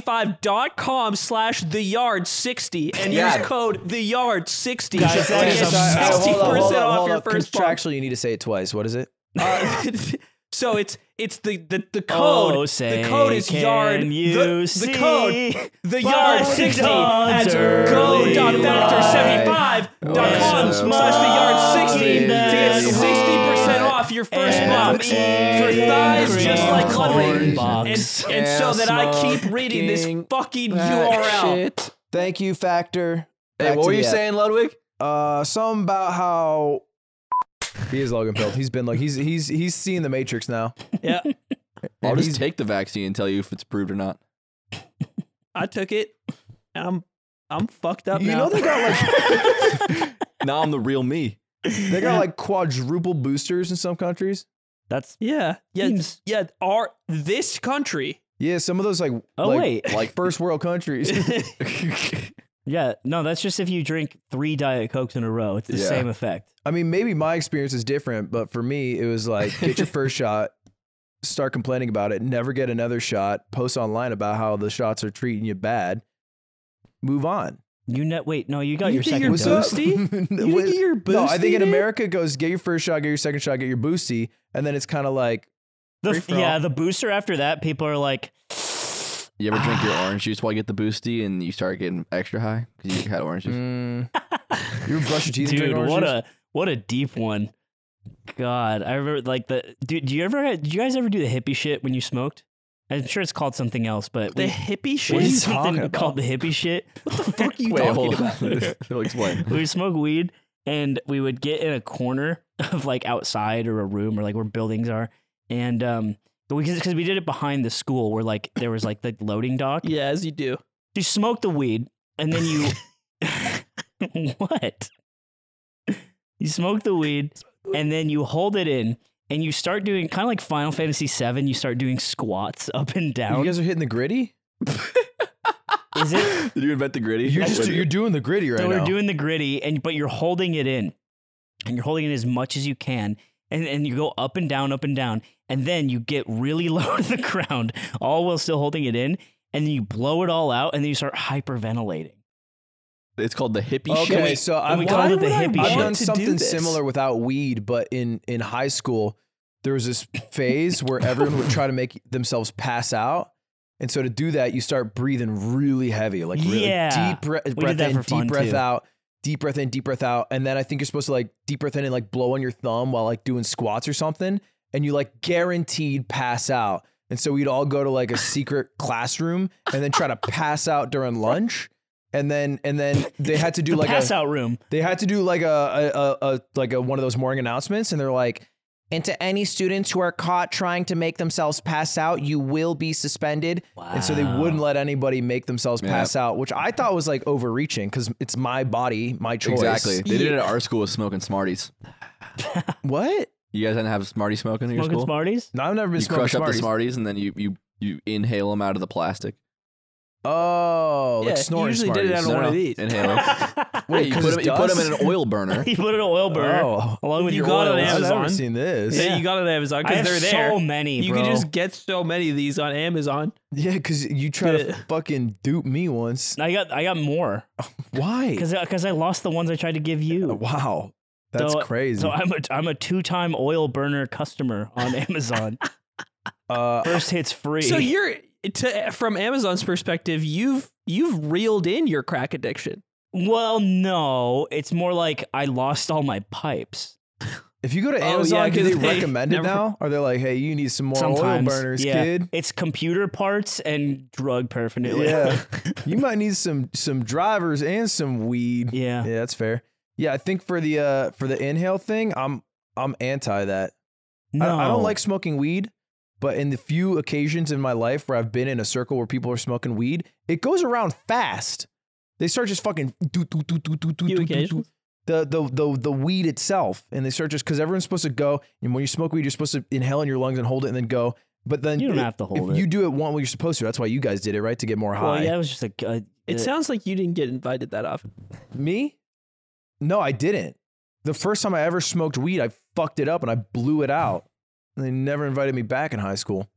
go.factor75.com slash the yard 60 and Yeah. use code the <laughs> yard 60 Guys, that is a Sorry, massive- sixty hold up, hold percent up, off hold your up. first box. Contractually, you need to say it twice. What is it? Uh, <laughs> so it's it's the the, the code Oh, say, the code is can yard you the, the see code the by yard the 60 dawn's at early go.factor75.com light? slash the yard 60 to get Yes. 60% off your first And box for eat thighs just cream like corn Ludwig box. and, and so that I keep reading this fucking URL Thank you, Factor. Hey, Back what to were you the app. saying, Ludwig? Uh, something about how he is Logan Pelt. He's been like he's he's he's seeing the Matrix now. yeah I'll And just he's- take the vaccine and tell you if it's approved or not. <laughs> I took it and I'm I'm fucked up You know now they got <laughs> like Now I'm the real me. <laughs> they got like quadruple boosters in some countries. That's yeah yeah Seems- yeah our this country Yeah, some of those like Oh, like, wait. like first world <laughs> countries. Yeah, no, that's just if you drink three Diet Cokes in a row. It's the Yeah. same effect. I mean, maybe my experience is different, but for me, it was like get <laughs> your first shot, start complaining about it, never get another shot, post online about how the shots are treating you bad, move on. You net wait, no, you got You your did second your dose. up? boosty? You <laughs> didn't What- get your No, I think boosty, in dude? America it goes get your first shot, get your second shot, get your boosty, and then it's kind of like The, Free f- for yeah, all. the booster after that, people are like, You ever <sighs> drink your orange juice while you get the boosty and you start getting extra high because you had orange juice? mm, <laughs> you ever brush your teeth. and drink dude, orange what juice? a what a deep one. God, I remember like the dude. Do you ever? Do you guys ever do the hippie shit when you smoked? I'm sure it's called something else, but The we- hippie shit. we are did you something talking about? called the hippie shit. <laughs> What the fuck <laughs> Mm, you Wait, hold <laughs> on. He'll explain. we would smoke weed and we would get in a corner <laughs> of like outside or a room or like where buildings are and um because because we did it behind the school where like there was like the loading dock <laughs> yeah, as you do. you smoke the weed and then you <laughs> what you smoke the weed and then you hold it in and you start doing kind of like final fantasy 7 you start doing squats up and You down guys are hitting the gritty. is it Did you invent the gritty? You're just you're doing the gritty right so now. we're doing the gritty and but you're holding it in and you're holding it as much as you can and, and you go up and down up and down and then you get really <laughs> low to the ground all while still holding it in and then you blow it all out and then you start hyperventilating it's called the hippie Oh, okay, shit. so I've we done- call it Why the would I hippie want I've shit. done to do something this? similar without weed, but in in high school there was this phase where everyone would try to make themselves pass out. And so to do that, you start breathing really heavy, like really Yeah. deep bre- did breath that in, for fun, deep breath too. out, deep breath in, deep breath out. And then I think you're supposed to like deep breath in and like blow on your thumb while like doing squats or something. And you like guaranteed pass out. And so we'd all go to like a secret <laughs> classroom and then try to pass out during lunch. And then and then they had to do the like a, pass out room they had to do like a, a, a, a like a one of those morning announcements, and they're like, "And to any students who are caught trying to make themselves pass out, you will be suspended." And so they Wow. wouldn't let anybody make themselves Yeah. pass out, which I thought was like overreaching because it's my body, my choice. Exactly. They did it at our school with smoking Smarties. What? You guys didn't have Smartie smoking at your smoking school? smarties No, I've never been You smoking crush up the Smarties. Smarties and then you you you inhale them out of the plastic. Oh, Yeah, like you snorting usually Smarties. did it out of one of these. Inhale <laughs> 'em. Wait, you 'cause put, it's 'em- you put 'em in dust? an oil <laughs> burner. <laughs> you put an oil burner Oh, along with You your got it on oils. I've never Amazon. seen this. Yeah, you got it on Amazon I because have they're so there. many you bro. can just get so many of these on Amazon. Yeah, because you tried to Yeah. fucking dupe me once. I got I got more <laughs> Why? because I lost the ones I tried to give you. Wow, that's So- crazy. So I'm a I'm a two time oil burner customer on <laughs> Amazon. uh, First hit's free. So you're to, from Amazon's perspective, you've you've reeled in your crack addiction. Well, no, it's more like I lost all my pipes. If you go to Oh, Amazon, yeah, do 'cause they, <laughs> they recommend it never- now? Are they like, hey, you need some more Sometimes, oil burners, yeah, kid? <laughs> it's computer parts and drug paraphernalia. Yeah, you might need some some drivers and some <laughs> weed. yeah. Yeah, that's fair. Yeah, I think for the uh for the inhale thing, I'm I'm anti that. No, I, I don't like smoking weed, but in the few occasions in my life where I've been in a circle where people are smoking weed, it goes around fast. They start just fucking do do do do do do Few do do do. occasions. The, the the the weed itself, and they start just because everyone's supposed to go. And when you smoke weed, you're supposed to inhale in your lungs and hold it, and then go. But then You don't it- have to if hold it. You do it one when you're supposed to. That's why you guys did it, right? To get more high. well, yeah, it was just a. Uh, It uh, sounds like you didn't get invited that often. Me? No, I didn't. The first time I ever smoked weed, I fucked it up and I blew it out. And they never invited me back in high school.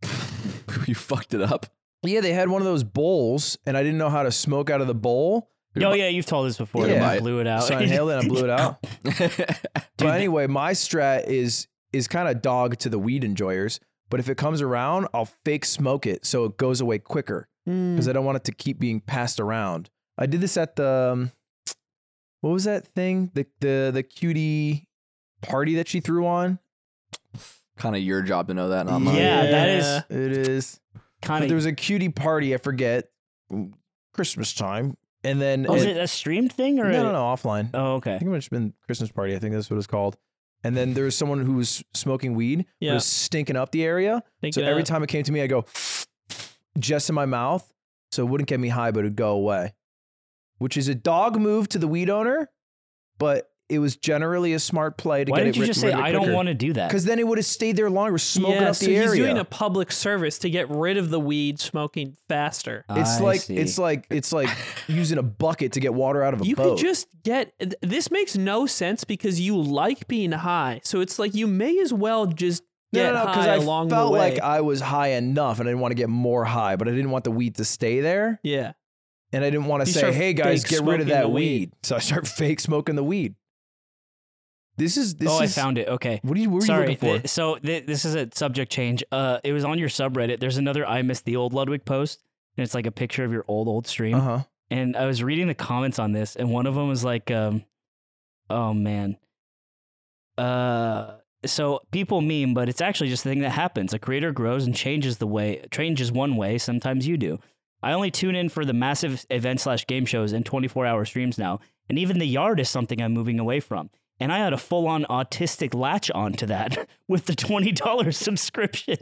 you fucked it up. <laughs> Yeah, they had one of those bowls, and I didn't know how to smoke out of the bowl. oh yeah, you've told this before. Yeah. I blew it out. <laughs> So I inhaled it and I blew it out. Dude, but anyway, my strat is is kind of dog to the weed enjoyers. But if it comes around, I'll fake smoke it so it goes away quicker Hmm. Hmm. because I don't want it to keep being passed around. I did this at the um, what was that thing? The the the cutie party that she threw on. kind of your job to know that, not mine. yeah, that Yeah. is It is. kind But there of. was a cutie party. I forget Christmas time, and then Oh, is it- it a streamed thing or? no, a- no, no, offline. Oh, I okay. think it must have been Christmas party. I think that's what it's called. And then there was someone who was smoking weed, who Yeah. was stinking up the area. Think so it every uh, up. time it came to me, I go just in my mouth, so it wouldn't get me high, but it'd go away, which is a dog move to the weed owner, but it was generally a smart play to Why get didn't it you just say I don't want to do that? Because then it would have stayed there longer, smoking yeah, up so the he's area. doing a public service to get rid of the weed smoking faster. it's I like see. it's like <laughs> it's like using a bucket to get water out of a You boat. could just get th- this makes no sense because you like being high, so it's like you may as well just no, get no, no, because high I along felt the way. like I was high enough, and I didn't want to get more high, but I didn't want the weed to stay there, yeah, and I didn't want to You say, start "Hey guys, fake get rid smoking of that the weed. weed. So I start <laughs> fake smoking the weed. This is this oh, is I found it. Okay. what are you, what were Sorry. you looking for? th- so th- this is a subject change. Uh, it was on your subreddit. There's another I missed the old Ludwig post, and it's like a picture of your old old stream. Uh huh. And I was reading the comments on this, and one of them was like, um, "Oh man." Uh, so people meme, but it's actually just the thing that happens. A creator grows and changes the way changes one way. Sometimes you do. I only tune in for the massive event slash game shows and 24 hour streams now, and even the yard is something I'm moving away from. And I had a full on autistic latch onto that <laughs> with the $20 <laughs> subscription.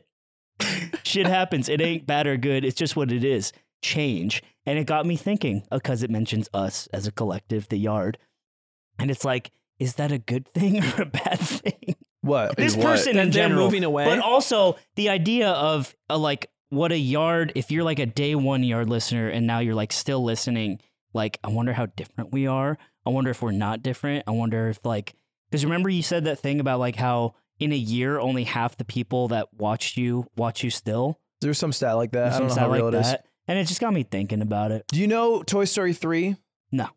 Shit happens. It ain't bad or good. It's just what it is. Change. And it got me thinking because it mentions us as a collective, the yard. And it's like, is that a good thing or a bad <laughs> thing? What? this what? person in and they're general. moving away. But also the idea of uh, like what a yard. If you're like a day one yard listener and now you're like still listening, like I wonder how different we are. I wonder if we're not different. I wonder if like because remember you said that thing about like how in a year only half the people that watched you watch you still. There's some stat like Or that. I some don't know stat how real like it is. that. And it just got me thinking about it. Do you know Toy Story three? No.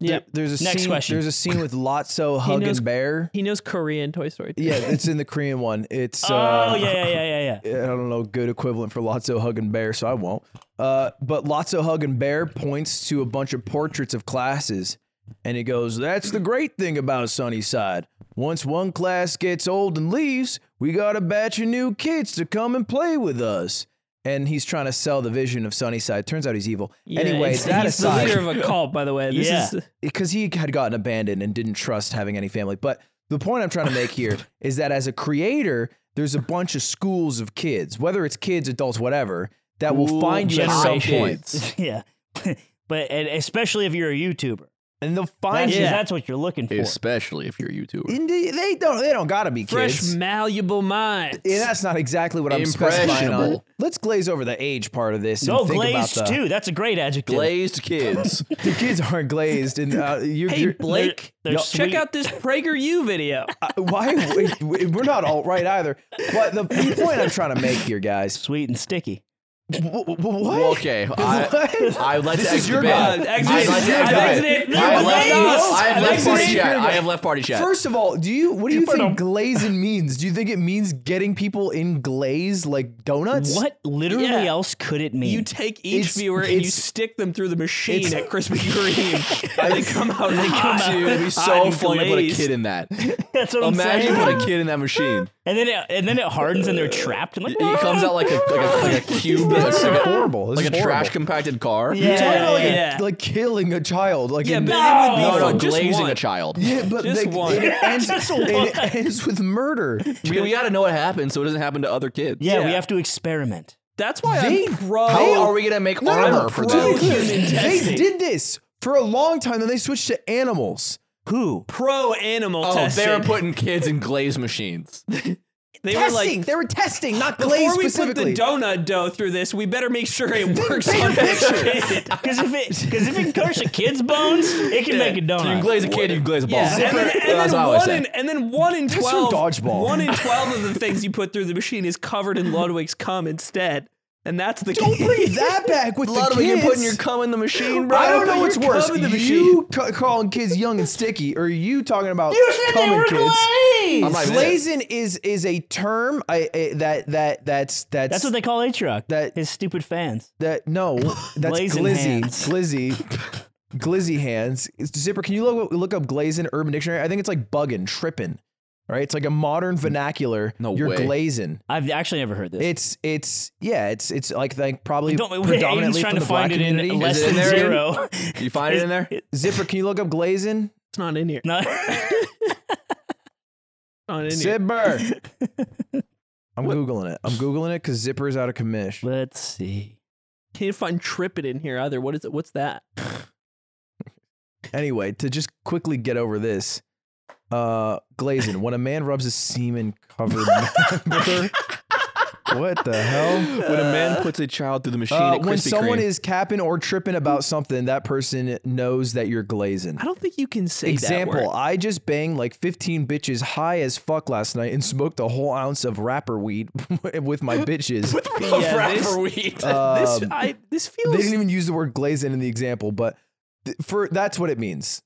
yeah, There- there's a Next scene, question. There's a scene <laughs> with Lotso hugging knows- bear. he knows Korean Toy Story. too. Yeah, it's in the Korean one. It's uh, oh yeah yeah yeah yeah yeah. I don't know, good equivalent for Lotso hugging bear, so I won't. Uh, but Lotso hugging bear points to a bunch of portraits of classes, and he goes, "That's the great thing about Sunnyside. Once one class gets old and leaves, we got a batch of new kids to come and play with us." And he's trying to sell the vision of Sunnyside. Turns out he's evil. Yeah, anyway, it's- that he's aside, the leader of a cult, by the way. This Yeah. is because he had gotten abandoned and didn't trust having any family. But the point I'm trying to make here is that as a creator, there's a bunch of schools of kids, whether it's kids, adults, whatever, that will Ooh, find you at some generation. point, yeah. <laughs> but and especially if you're a YouTuber. and they'll find That's, you. Yeah. that's what you're looking for. especially if you're a YouTuber. And they they don't. They don't gotta be fresh, kids. malleable minds. And that's not exactly what I'm specifying on. Impressionable. Let's glaze over the age part of this. No, and think about glazed the- Oh, too. That's a great adjective. Glazed <laughs> kids. The kids aren't glazed, and uh, you're, hey, you're, Blake, they're check sweet. out this PragerU <laughs> video. uh, why? we- We're not alt right either. But the, the point I'm trying to make <laughs> here, guys. Sweet and sticky. wh- wh- What? Well, okay. I, <laughs> What? I would like This to is your exit God. bed. Exit. I'd like to I've exit exited. bed. I have You're left- glazed. I have left I've party exited. chat. I have left party <laughs> chat. First of all, do you what do you think glazing means? Do you think it means getting people in glaze like donuts? What literally Yeah. else could it mean? <laughs> You take each It's- viewer and you it's- stick them through the machine it's- at <laughs> Krispy Kreme. and they come out. They come Dude, <laughs> it'd be so funny to put a kid in that. That's what I'm Imagine saying. put a kid in that machine. <laughs> and then it, and then it hardens and they're trapped. And like, He comes out like a like a, like a cube, This is like a, horrible. This like a is horrible. trash compacted car. Yeah. You're talking about like, a- Yeah. like killing a child. Like Yeah, in- but No! it would No, be no, for just glazing one. a child. Yeah, but Just they- one. <laughs> It ends, Just it one. ends with murder. We, we gotta know what happens so it doesn't happen to other kids. yeah, we Yeah. have to experiment. That's why They- I'm pro. How are we gonna make armor for pro- that? human They testing. did this for a long time, then they switched to animals. Who? <laughs> pro animal Oh, testing? they were putting kids in glaze machines. They were testing. like, they were testing, not glaze before we put specifically. the donut dough through this, we better make sure <laughs> it works paint a on the kid. Because if it because if it can crush a kid's bones, it can make a So you can donut. glaze a kid, you can glaze a ball. Yeah, and then, and That's then what I always one say. in, and then one in from twelve, Dodgeball. one <laughs> in twelve of the things you put through the machine is covered in Ludwig's cum instead, and that's the Don't bring that back <laughs> with the Ludwig, kids. you're putting your cum in the machine, bro. I don't know You're what's worse, coming to the you ca- calling kids young and sticky, or you talking about coming kids. glazed. I'm not even- Blazing is is a term I, I that that that's that's That's what they call Aatrox. That- his stupid fans. <laughs> that no that's Blazing glizzy hands. glizzy glizzy hands. Zipper, can you look look up glazing Urban Dictionary? I think it's like bugging, tripping. Right, it's like a modern vernacular. No you're way. glazing. I've actually never heard this. It's it's yeah. It's it's like like <laughs> probably Don't wait, Aiden's predominantly trying from to the black find it in community. less it in than there, Aiden? zero. <laughs> You find it in there? <laughs> Zipper, can you look up glazing? It's not in here. It's No. not in here. Zipper. I'm googling it. I'm googling it because Zipper's out of commish. Let's see. Can't find tripping in here either. What is it? What's that? Anyway, to just quickly get over this, Uh, Glazing. When a man rubs his semen covered member. what the hell? when a man puts a child through the machine Uh, at when Krispy someone Kreme. is capping or tripping about something, that person knows that you're glazing. I don't think you can say that Example, <laughs> word. I just banged like 15 bitches high as fuck last night and smoked a whole ounce of rapper weed <laughs> with my bitches. <laughs> Yeah, Crap this- for weed. this Um, I this they feels didn't even use the word glazing in the example, but th- for that's what it means.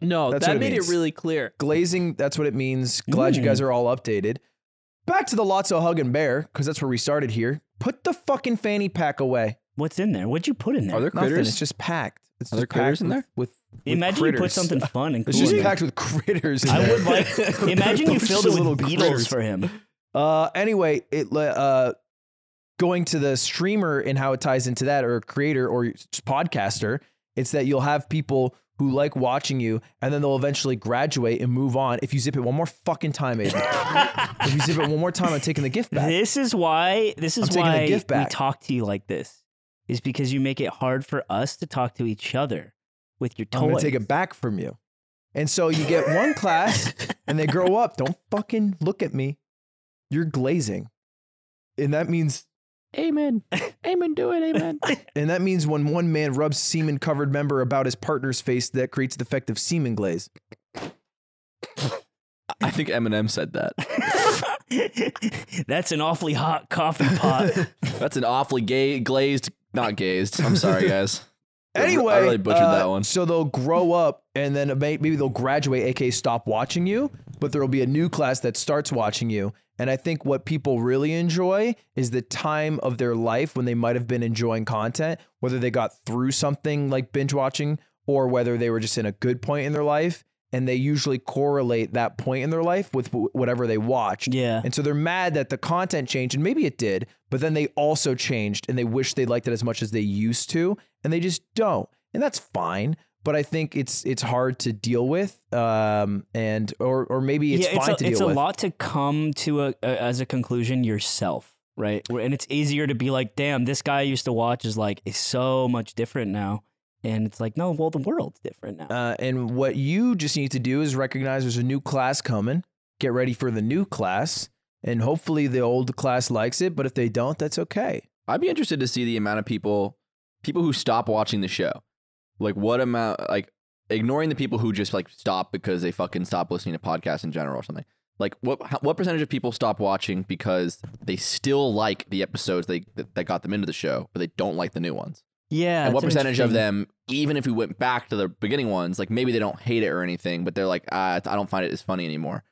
no. that's that what it made means. it really clear. Glazing, that's what it means. Glad you guys Mm. are all updated. Back to the Lotso Hug and Bear, because that's where we started here. Put the fucking fanny pack away. What's in there? What'd you put in there? Are there Nothing. critters? It's just packed. It's Are just there critters packed in with- there? With, with imagine you put critters. <laughs> something fun and It's cool. just in there. packed with <laughs> critters. In I there. would like. <laughs> Imagine you filled it Just with little beetles critters. for <laughs> him. Uh, anyway, it le- uh, going to the streamer and how it ties into that, or creator, or just podcaster, it's that you'll have people who like watching you, and then they'll eventually graduate and move on. If you zip it one more fucking time, Aiden. if you zip it one more time, I'm taking the gift back. This is why. This I'm is taking the why gift we back. talk to you like this. Is because you make it hard for us to talk to each other with your toys. I'm gonna take it back from you. And so you get one class, and they grow up. Don't fucking look at me. You're glazing, and that means <laughs> Amen. Amen. Do it. Amen. And that means when one man rubs semen covered member about his partner's face, that creates the effect of semen glaze. I think Eminem said that. <laughs> <laughs> That's an awfully hot coffee pot. <laughs> That's an awfully gay glazed, not gazed. I'm sorry, guys. Anyway, I really butchered uh, that one. So they'll grow up and then may- maybe they'll graduate, aka stop watching you, but there will be a new class that starts watching you. And I think what people really enjoy is the time of their life when they might have been enjoying content, whether they got through something like binge watching or whether they were just in a good point in their life. And they usually correlate that point in their life with wh- whatever they watched. Yeah. And so they're mad that the content changed, and maybe it did, but then they also changed and they wish they liked it as much as they used to, and they just don't. And that's fine. But I think it's it's hard to deal with, um, and or or maybe it's yeah, fine it's to a, deal it's a with. lot to come to a, a as a conclusion yourself, right? Where- And it's easier to be like, "Damn, this guy I used to watch is like is so much different now," and it's like, "No, well, the world's different now." Uh, and what you just need to do is recognize there's a new class coming. Get ready for the new class, and hopefully the old class likes it. But if they don't, that's okay. I'd be interested to see the amount of people people who stop watching the show. Like what amount like ignoring the people who just like stop because they fucking stop listening to podcasts in general or something. Like what how, what percentage of people stop watching because they still like the episodes they that, that got them into the show, but they don't like the new ones? yeah, and what it's an percentage of interesting- them even if we went back to the beginning ones, like maybe they don't hate it or anything, but they're like ah, I don't find it as funny anymore.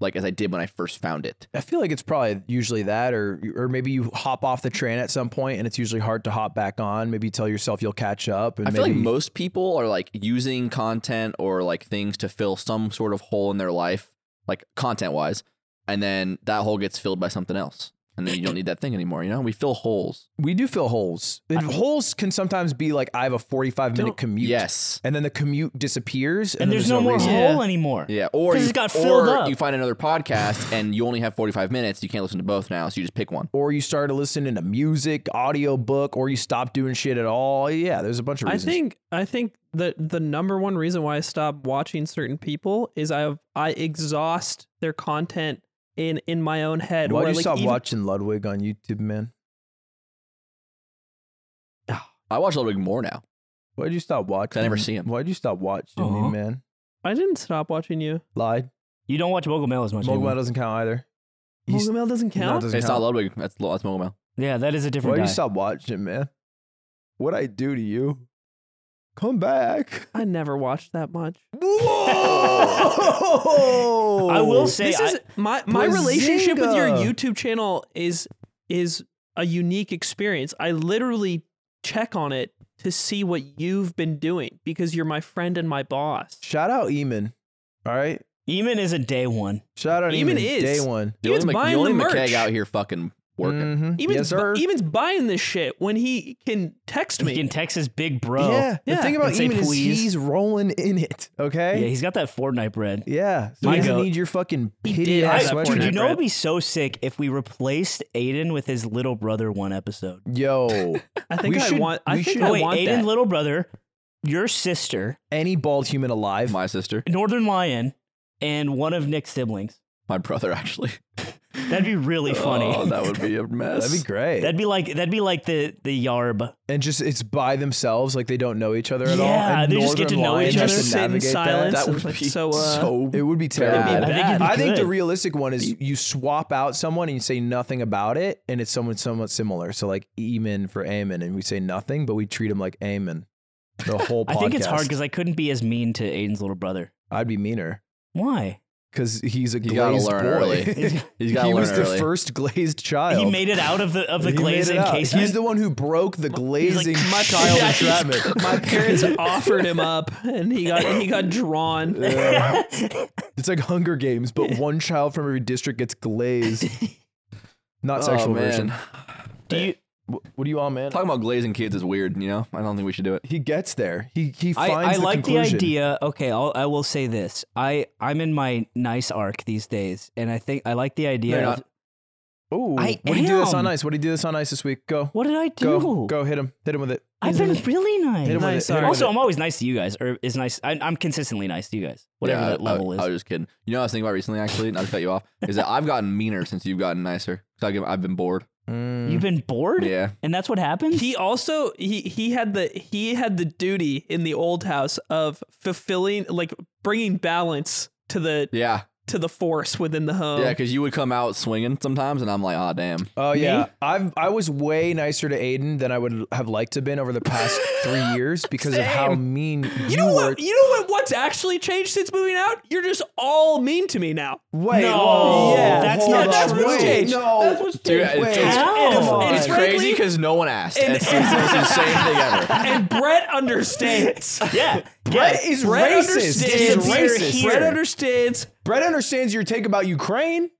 Like as I did when I first found it. I feel like it's probably usually that, or or maybe you hop off the train at some point, and it's usually hard to hop back on. Maybe you tell yourself you'll catch up. And I feel like maybe- most people are like using content or like things to fill some sort of hole in their life, like content wise, and then that hole gets filled by something else. And then you don't need that thing anymore, you know? We fill holes. we do fill holes. And holes can sometimes be like I have a forty-five minute Don't- commute. Yes. and then the commute disappears, and, and then there's no more reason. hole Yeah. anymore. Yeah. Or 'Cause you, it got or filled up. you find another podcast <laughs> and you only have 45 minutes. You can't listen to both now. So you just pick one. Or you start listening to music, audio book, or you stop doing shit at all. Yeah, there's a bunch of I reasons. think I think the the number one reason why I stop watching certain people is I have I exhaust their content in in my own head. Why where, do you like, stop even- watching Ludwig on YouTube, man? I watch Ludwig more now. Why'd you stop watching? I never see him. Why'd you stop watching Aw. me, man? I didn't stop watching you. Lied. You don't watch Mogul Mail as much. Mogwai anymore. doesn't count either. He's- Mogamail doesn't no, it count. doesn't It's count. not Ludwig. That's, that's Mogomel. Yeah, that is a Why different do you guy. stop watching, man? What I do to you? <laughs> Come back. I never watched that much. Whoa! I will say, Oh. this I, is my my relationship with your Bazinga! YouTube channel is is a unique experience. I literally check on it to see what you've been doing because you're my friend and my boss. <laughs> shout out Eamon. All right, Eamon is a day one. shout out Eamon. Eamon is. day one. The only, Evan's Mc- buying the only the McKeg merch. out here fucking working. Mm-hmm. Mhm. Even's, yes, sir. Even's buying this shit when he can text He me. can text his big bro. yeah. The Yeah. thing about And say Eamon is please. he's rolling in it. yeah, Okay. he's got that Fortnite bread. Yeah. So My he doesn't goat. need your fucking He pity did I- have ass dude, that you sweatshirt. Fortnite know it'd bread. be so sick if we replaced Aiden with his little brother one episode. <laughs> Yo, I think We I should- want. I we think should- I Oh wait, want Aiden, that. little brother, your sister, any bald human alive. My sister. Northern Lion, and one of Nick's siblings. My brother actually. That'd be <laughs> really funny. Oh, that would be a mess. That'd be great. that'd be like that'd be like the the yarb. and just it's by themselves, like they don't know each other at all. Yeah, and they just get to Northern know each Lions other. has to Sit in navigate that. silence. that so would like, <laughs> be so, so, uh, It would be That'd be bad. terrible. I think it'd be I think the good. realistic one is you swap out someone and you say nothing about it, and it's someone somewhat similar. So like Eamon for Amen, and we say nothing, but we treat him like Amen. The whole <laughs> podcast. I think it's hard because I couldn't be as mean to Aiden's little brother. I'd be meaner <laughs> Why? because he's a You gotta glazed learn boy. <laughs> early. He's got to he learn was the early. first glazed child. He made it out of the of the He made glaze it out. encasement. He's the one who <laughs> broke the glazing "My- <laughs> child yeah, entrapment. <laughs> my parents <laughs> offered him up, and he got he got drawn. <laughs> It's like Hunger Games, but one child from every district <laughs> gets glazed. Not sexual oh, man. version. Do you, Wh- What do you on, man? Talking about glazing kids is weird, you know? I don't think we should do it. He gets there. He he I, finds I the like the conclusion. idea. Okay, I'll, I will say this. I I'm in my nice arc these days, and I think I like the idea. you're of, not. Oh, I what do you do this on am. ice? What do you do this on ice this week? Go, what did I do? go, go! Hit him! Hit him with it! I've been really nice. Hit him Nice with it! Hit him also, with I'm always nice to you guys, or is nice. I, I'm consistently nice to you guys, whatever Yeah, that I- level I, is. I was just kidding. You know what I was thinking about recently, actually, not to cut you off, is that I've gotten meaner since you've gotten nicer. 'Cause I get- I've been bored. it. Mm. You've been bored, Yeah. and that's what happens. He also he he had the he had the duty in the old house of fulfilling like bringing balance to the Yeah. to the force within the home. Yeah, because you would come out swinging sometimes, and I'm like, ah, damn. Oh yeah, I've I was way nicer to Aiden than I would have liked to have been over <laughs> the past three years because of how mean you, you know were. what? You know what? What's actually changed since moving out? You're just all mean to me now. Wait, No, whoa, Yeah, that's hold not on, that's what's wait, changed. No, that's what's Dude, changed. it's, Wait. it's, Oh, How? it's It's crazy frankly- because no one asked. and- It's the most insane thing <laughs> ever. <laughs> and Brett understands. yeah, Brett yeah. is Brett racist. He's understands. racist. Here. Brett understands. Brett understands your take about Ukraine.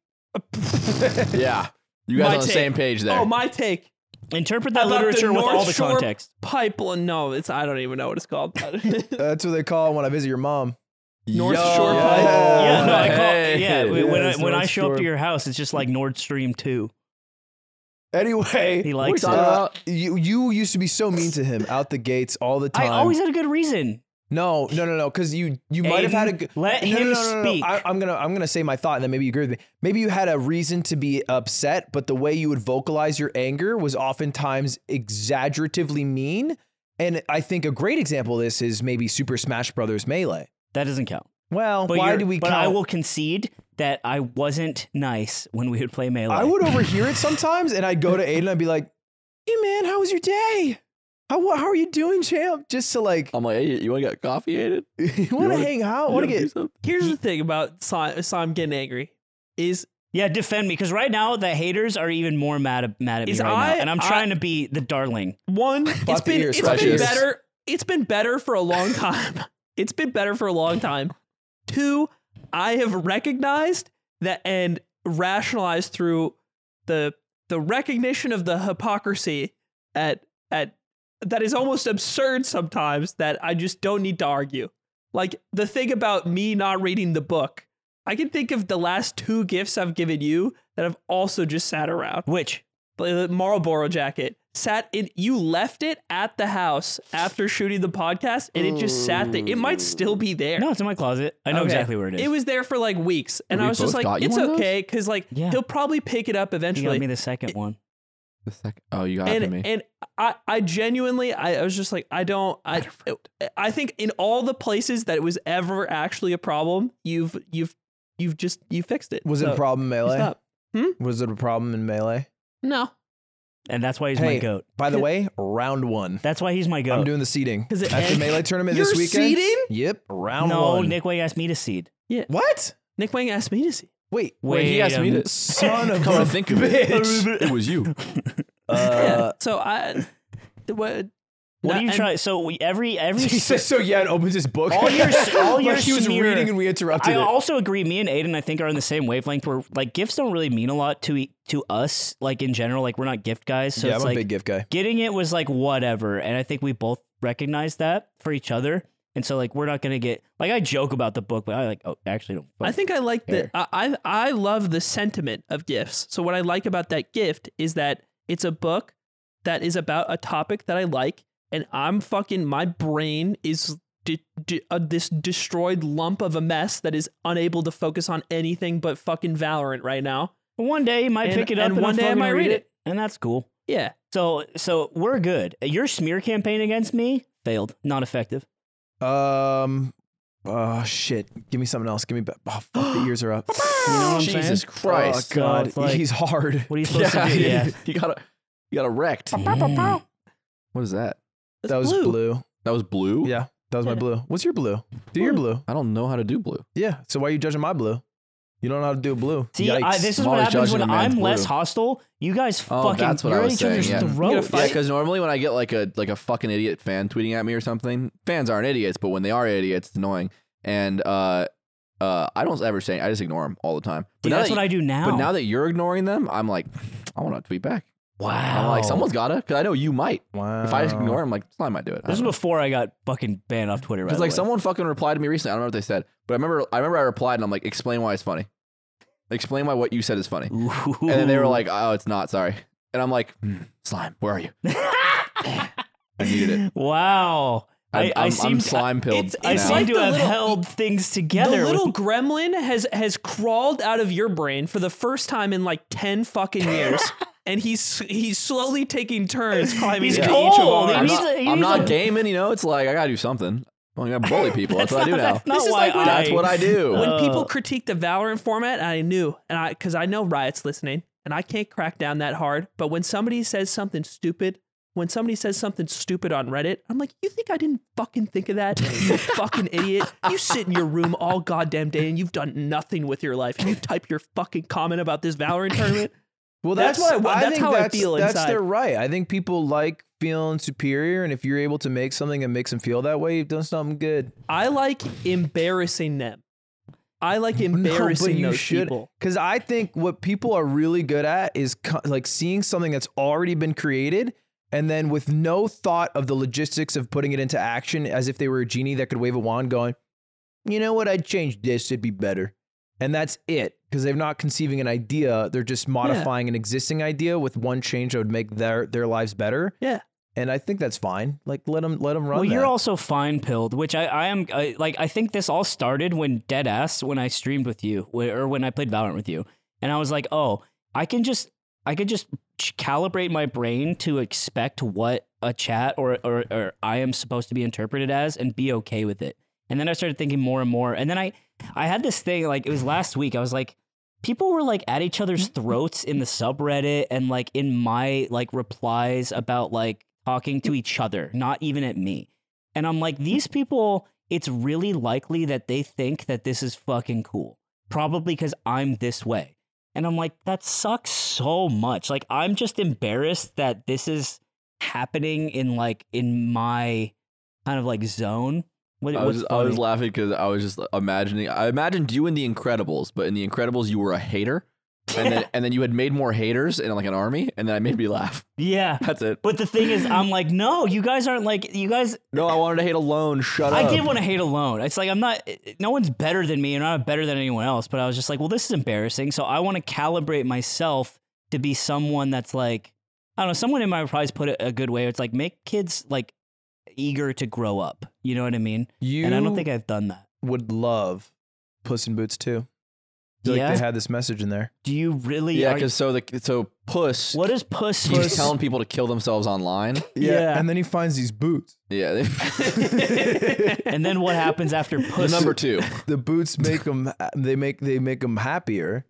Yeah. You guys My on the take. same page there. Oh, my take. Interpret that about the literature with North all the Shore context. Pipeline. No, it's. I don't even know what it's <laughs> called. That's what they call it when I visit your mom. North Shore Yo. Pipe. Yeah, no, I call, Oh, Hey. yeah. When, when I, Yes, when I Nord show up to Stream. your house, it's just like Mm. Nord Stream Two. Anyway, He likes talking it. about? Uh, you you used to be so mean to him out the gates all the time. I always had a good reason. no no no no because you you might have had a Aiden, good. let no, him no, no, no, no. speak. I, I'm gonna I'm gonna say my thought and then maybe you agree with me. Maybe you had a reason to be upset, but the way you would vocalize your anger was oftentimes exaggeratively mean. And I think a great example of this is maybe Super Smash Brothers Melee. That doesn't count. Well, But why you're- do we? But count? I will concede that I wasn't nice when we would play melee. I would overhear it sometimes, and I'd go to Aiden. I'd be like, "Hey, man, how was your day? How wha- how are you doing, champ?" Just to like, <laughs> I'm like, hey, you want to get coffee aided? you want to Oh, wanna- hang out? Want to get? Here's the thing about Sam, Sam getting angry is Yeah, defend me because right now the haters are even more mad at, mad at me Is right I- now, and I'm I- trying to be the darling. one. It's the been ears, it's fuck the been ears. better. It's been better for a long time. <laughs> it's been better for a long time. Two, I have recognized that and rationalized through the the recognition of the hypocrisy at at that is almost absurd sometimes that I just don't need to argue. Like the thing about me not reading the book, I can think of the last two gifts I've given you that I've also just sat around. Which the Marlboro jacket sat in you left it at the house after shooting the podcast and it just sat there it might still be there no, it's in my closet. I know Okay. exactly where it is. it was there for like weeks and We i was just both like got you it's one of those? okay because like Yeah. he'll probably pick it up you got me eventually the second one. The sec- oh, you got it for and me. and i i genuinely I, I was just like i don't i i think in all the places that it was ever actually a problem you've you've you've just you fixed it Was it a So, problem in melee? stop. Was it a problem in melee? no And that's why he's Hey. my goat. By the way, round one. That's why he's my goat. I'm doing the seeding 'Cause it at the ends- melee tournament you're this weekend. seeding Yep, round no, one. Nick Way asked me to seed. What? nick wang asked me to see Wait, Wait, he asked a me to- minute. son <laughs> of Come a to think of <laughs> it, bitch. it was you. Uh, <laughs> yeah so i the what What Nah, do you and- try? So we, every <laughs> every He says so. Yeah, and opens his book. All your- all your <laughs> like he was smear- reading and we interrupted. I it. also agree. Me and Aiden, I think, are on the same wavelength. Where like gifts don't really mean a lot to e- to us, like in general. Like we're not gift guys, so yeah, I'm it's a like big gift guy. getting it was like whatever. And I think we both recognize that for each other. And so like we're not gonna get like I joke about the book, but I like oh actually don't. I think I like the Fair. I, I I love the sentiment of gifts. So what I like about that gift is that it's a book that is about a topic that I like, and I'm fucking my brain is de- de- uh, this destroyed lump of a mess that is unable to focus on anything but fucking Valorant right now. One day you might And- pick it up, and and, one I'll day I fucking might read it. and that's cool. Yeah. So, so we're good. Your smear campaign against me failed, not effective. Um. Oh shit! Give me something else. Give me. ba- Oh fuck! The ears are up. You know what I'm saying? Jesus Christ. So God, it's like- he's hard. <laughs> What are you supposed to do? Yeah. <laughs> you got you got wrecked. Yeah. What is that? That's That was blue. That was blue. Yeah, that was my blue. What's your blue? Do your blue. I don't know how to do blue. Yeah. So why are you judging my blue? You don't know how to do blue. See, Yikes. I, this is I'm what always happens judging when a man's I'm less blue. hostile. You guys Oh, fucking that's what I you're was at each other's saying, yeah. You gotta throats. fight. Yeah, because normally when I get like a like a fucking idiot fan tweeting at me or something, fans aren't idiots, but when they are idiots, it's annoying. And uh, uh, I don't ever say I just ignore them all the time. But Dude, now that's that, what I do now. But now that you're ignoring them, I'm like, I want to tweet back. wow, I'm like, someone's gotta, because I know you might. wow. If I Oh. just ignore, them, I'm like, I might do it. I This is don't know. before I got fucking banned off Twitter. Because Because like someone fucking replied to me recently. I don't know what they said, but I remember I remember I replied and I'm like, explain why it's funny. Explain why what you said is funny. And then they were like, oh, it's not. Sorry. And I'm like, "Hmm, slime. Where <laughs> are you? I needed it. wow. I'm, I, I am seem slime pilled. it's- I, I now. seem like to the have little- held things The together. with- little gremlin has has crawled out of your brain for the first time in like ten <laughs> fucking years, and he's he's slowly taking turns climbing He's into each of cold. ours. He I'm needs not, a- he I'm needs not a- Damon. You know, it's like I gotta do something. I'm gonna bully people. That's, <laughs> what I do now. That's not This is why like when- That's what I do. when Uh, Oh. people critique the Valorant format, I knew, and I because I know Riot's listening, and I can't crack down that hard. But when somebody says something stupid, when somebody says something stupid on Reddit, I'm like, you think I didn't fucking think of that? <laughs> You fucking idiot! You sit in your room all goddamn day and you've done nothing with your life, and you type your fucking comment about this Valorant tournament. Well, That's what I want- that's think how I that's, feel That's inside. their right. I think people like feeling superior, and if you're able to make something that makes them feel that way, you've done something good. I like embarrassing them. I like embarrassing those people. Because I think what people are really good at is co- like seeing something that's already been created, and then with no thought of the logistics of putting it into action, as if they were a genie that could wave a wand, going, "You know what? I'd change this. It'd be better." And that's it, because they're not conceiving an idea; they're just modifying an existing idea with one change that would make their their lives better. Yeah. and I think that's fine. Like let them let them run. Well, you're that. also fine pilled, which I, I am I, like. I think this all started when dead ass when I streamed with you, wh- or when I played Valorant with you, and I was like, oh, I can just I could just ch- calibrate my brain to expect what a chat or, or or I am supposed to be interpreted as, and be okay with it. And then I started thinking more and more, and then I I had this thing like it was last week. I was like. People were like at each other's throats in the subreddit and like in my like replies about like talking to each other, not even at me. And I'm like, these people, it's really likely that they think that this is fucking cool. Probably because I'm this way. And I'm like, that sucks so much. Like, I'm just embarrassed that this is happening in like in my kind of like zone. What, I what's was, I was funny? laughing because I was just imagining. I imagined you in The Incredibles, but in The Incredibles, you were a hater, and then and then you had made more haters in like an army, and then I made me laugh. <laughs> yeah. That's it. But the thing is, I'm like, no, you guys aren't like, you guys, No, I wanted to hate alone. Shut up. I did want to hate alone. It's like I'm not. No one's better than me, and I'm not better than anyone else. But I was just like, well, this is embarrassing. So I want to calibrate myself to be someone that's like, I don't know. Someone in my replies put it a good way. It's like make kids like eager to grow up. You know what I mean? you and I don't think I've done that. would love Puss in Boots too. I feel yeah. Like they had this message in there. Do you really? Yeah, are- because so the so Puss what is puss? keeps telling people to kill themselves online. Yeah. And then he finds these boots. Yeah, <laughs> they, <laughs> and then what happens <laughs> after the puss? number two. The boots make them. They make they make them happier.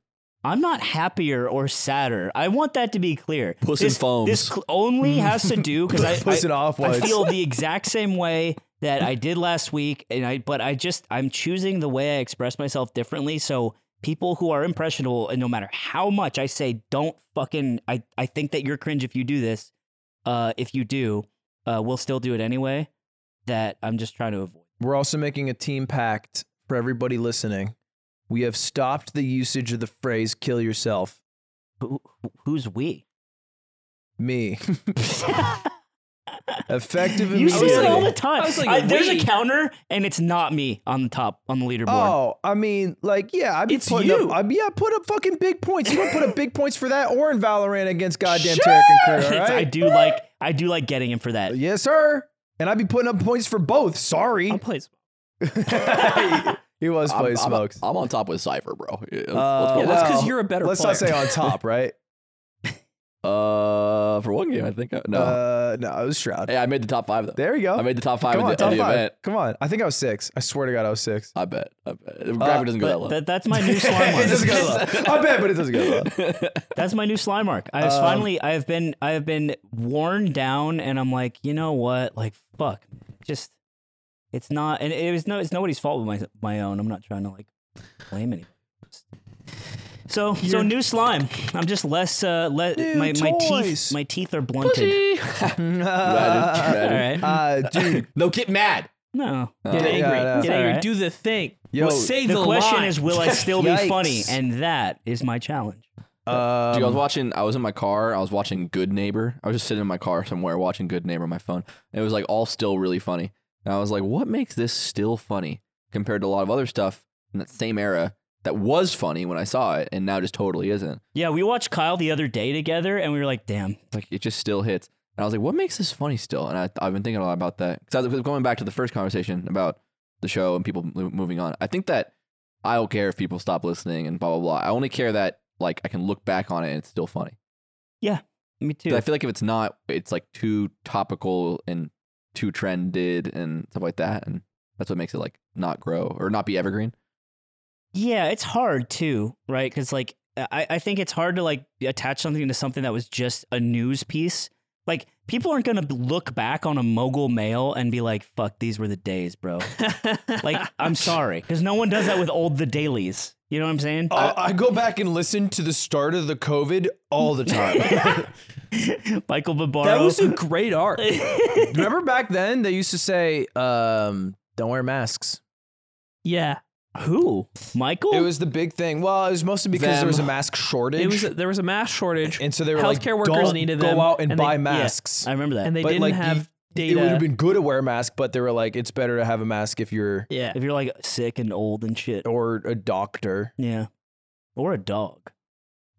I'm not happier or sadder. I want that to be clear. Puss in this, foams. This cl- <laughs> only has to do because I, I Puss in off I whites. feel the exact same way that I did last week, and I but I just I'm choosing the way I express myself differently. So people who are impressionable, and no matter how much I say, don't fucking I I think that you're cringe if you do this. Uh, if you do, uh, we'll still do it anyway. That I'm just trying to avoid. We're also making a team pact for everybody listening. We have stopped the usage of the phrase "kill yourself." Who, who- who's <laughs> we? <laughs> Me, effective you say it immediately. all the time. I was like, I- there's a we. counter, and it's not me on the top on the <laughs> leaderboard. Oh, I mean, like, yeah, I'd be It's putting you. up. I'd be, yeah, put up fucking big points. You don't put up big points for that, or in Valorant against goddamn Tarek and Kerr, all I right? do like I do like getting him for that. Yes, sir. and I'd be putting up points for both. Sorry, <laughs> I'll play. Smoke. he was I'm- playing I'm, smokes. I'm on top with Cypher, bro. Yeah, Uh, let's- let's Yeah, go. that's because well, you're a better. Let's player. not say on top, right? Uh, for one game, I think. No. uh, no, it was Shroud. hey, I made the top five, though. There we go. I made the top five Come of on, the, of top the five. event. Come on. I think I was six. I swear to God, I was <laughs> six. I bet. I bet. The graphic doesn't go that But low. that, that's my <laughs> new slime it doesn't go mark. well. I bet, but it doesn't go well. that's my new slime mark. I Um, was finally, I have been, I have been worn down, and I'm like, you know what? Like, fuck, just it's not, and it was no, it's nobody's fault but my my own. I'm not trying to like blame anyone. So, so new slime. I'm just less, uh, le- New my my toys. teeth, my teeth are blunted. <laughs> Tragic, All right, tragic. Uh, dude, No, get mad. no. Uh, Get Yeah, angry. yeah, Get yeah. angry. Alright. Do the thing. Yo, well, say the, The question line. is, will <laughs> I still be Yikes. funny? And that is my challenge. um, Dude, I was watching. I was in my car. I was watching Good Neighbor. I was just sitting in my car somewhere watching Good Neighbor on my phone. And it was like all still really funny. And I was like, what makes this still funny compared to a lot of other stuff in that same era that was funny when I saw it and now just totally isn't? Yeah, we watched Kyle the other day together, and we were like, damn, Like it just still hits. And I was like, what makes this funny still? And I, I've been thinking a lot about that because I was going back to the first conversation about the show and people mo- moving on. I think that I don't care if people stop listening and blah blah blah. I only care that like I can look back on it and it's still funny. me too. 'Cause I feel like if it's not, it's like too topical and too trended and stuff like that, and that's what makes it like not grow or not be evergreen. Yeah, it's hard too, right? Because like I, I think it's hard to like attach something to something that was just a news piece. Like people aren't gonna look back on a mogul mail and be like, "Fuck, these were the days, bro." <laughs> like I'm sorry, because no one does that with old the dailies. You know what I'm saying? I, Oh, I go back and listen to the start of the COVID all the time. <laughs> <laughs> Michael Barbaro. that was a great arc. <laughs> Remember back then, they used to say, um, "Don't wear masks." <laughs> yeah. who? Michael? It was the big thing. Well, it was mostly because Them. there was a mask shortage, It was there was a mass shortage, and so they were healthcare like, workers "Don't needed go them," out and, and they- buy yeah. masks." I remember that. and they But, didn't like, have It would data. have been good to wear a mask, but they were like, "It's better to have a mask if you're yeah. if you're like sick and old and shit, or a doctor." yeah, or a dog.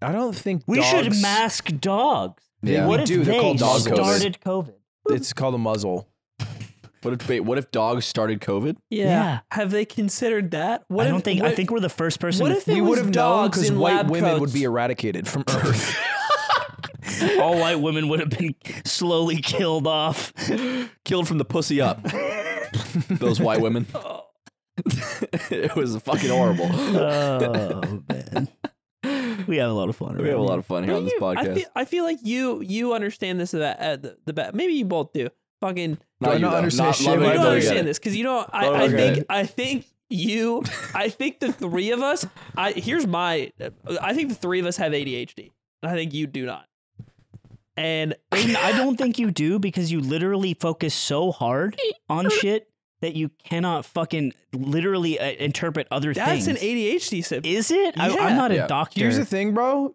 I don't think We should dogs- mask dogs. Yeah. what We if do. They're they called dog COVID. started COVID? It's called a muzzle. What if wait, what if dogs <laughs> started COVID? yeah. Yeah. Have they considered that? What I if- don't think. what- I think we're the first person. what to if think we it would was have known dogs because in white lab women coats? would be eradicated from Earth. all white women would have been <laughs> slowly killed off? Killed from the pussy up. Those white women. <laughs> it was fucking horrible. <laughs> Oh man, we have a lot of fun. We have a lot of fun here on this You- I podcast. feel, I feel like you you understand this about uh, the, the best. Maybe you both do. Fucking Not Do I you, not though. understand Not- shit not about me, you Right, don't but I okay. get understand it. this because you don't. I, Oh, I okay. think I think you. I think the three of us. I here's my. I think the three of us have ADHD. And I think you do not. And Aiden, I don't think you do because you literally focus so hard <laughs> on shit that you cannot fucking literally uh, interpret other that's things. an ADHD symptom. Is it? I, Yeah. I'm not a Yeah. doctor. Here's the thing, bro.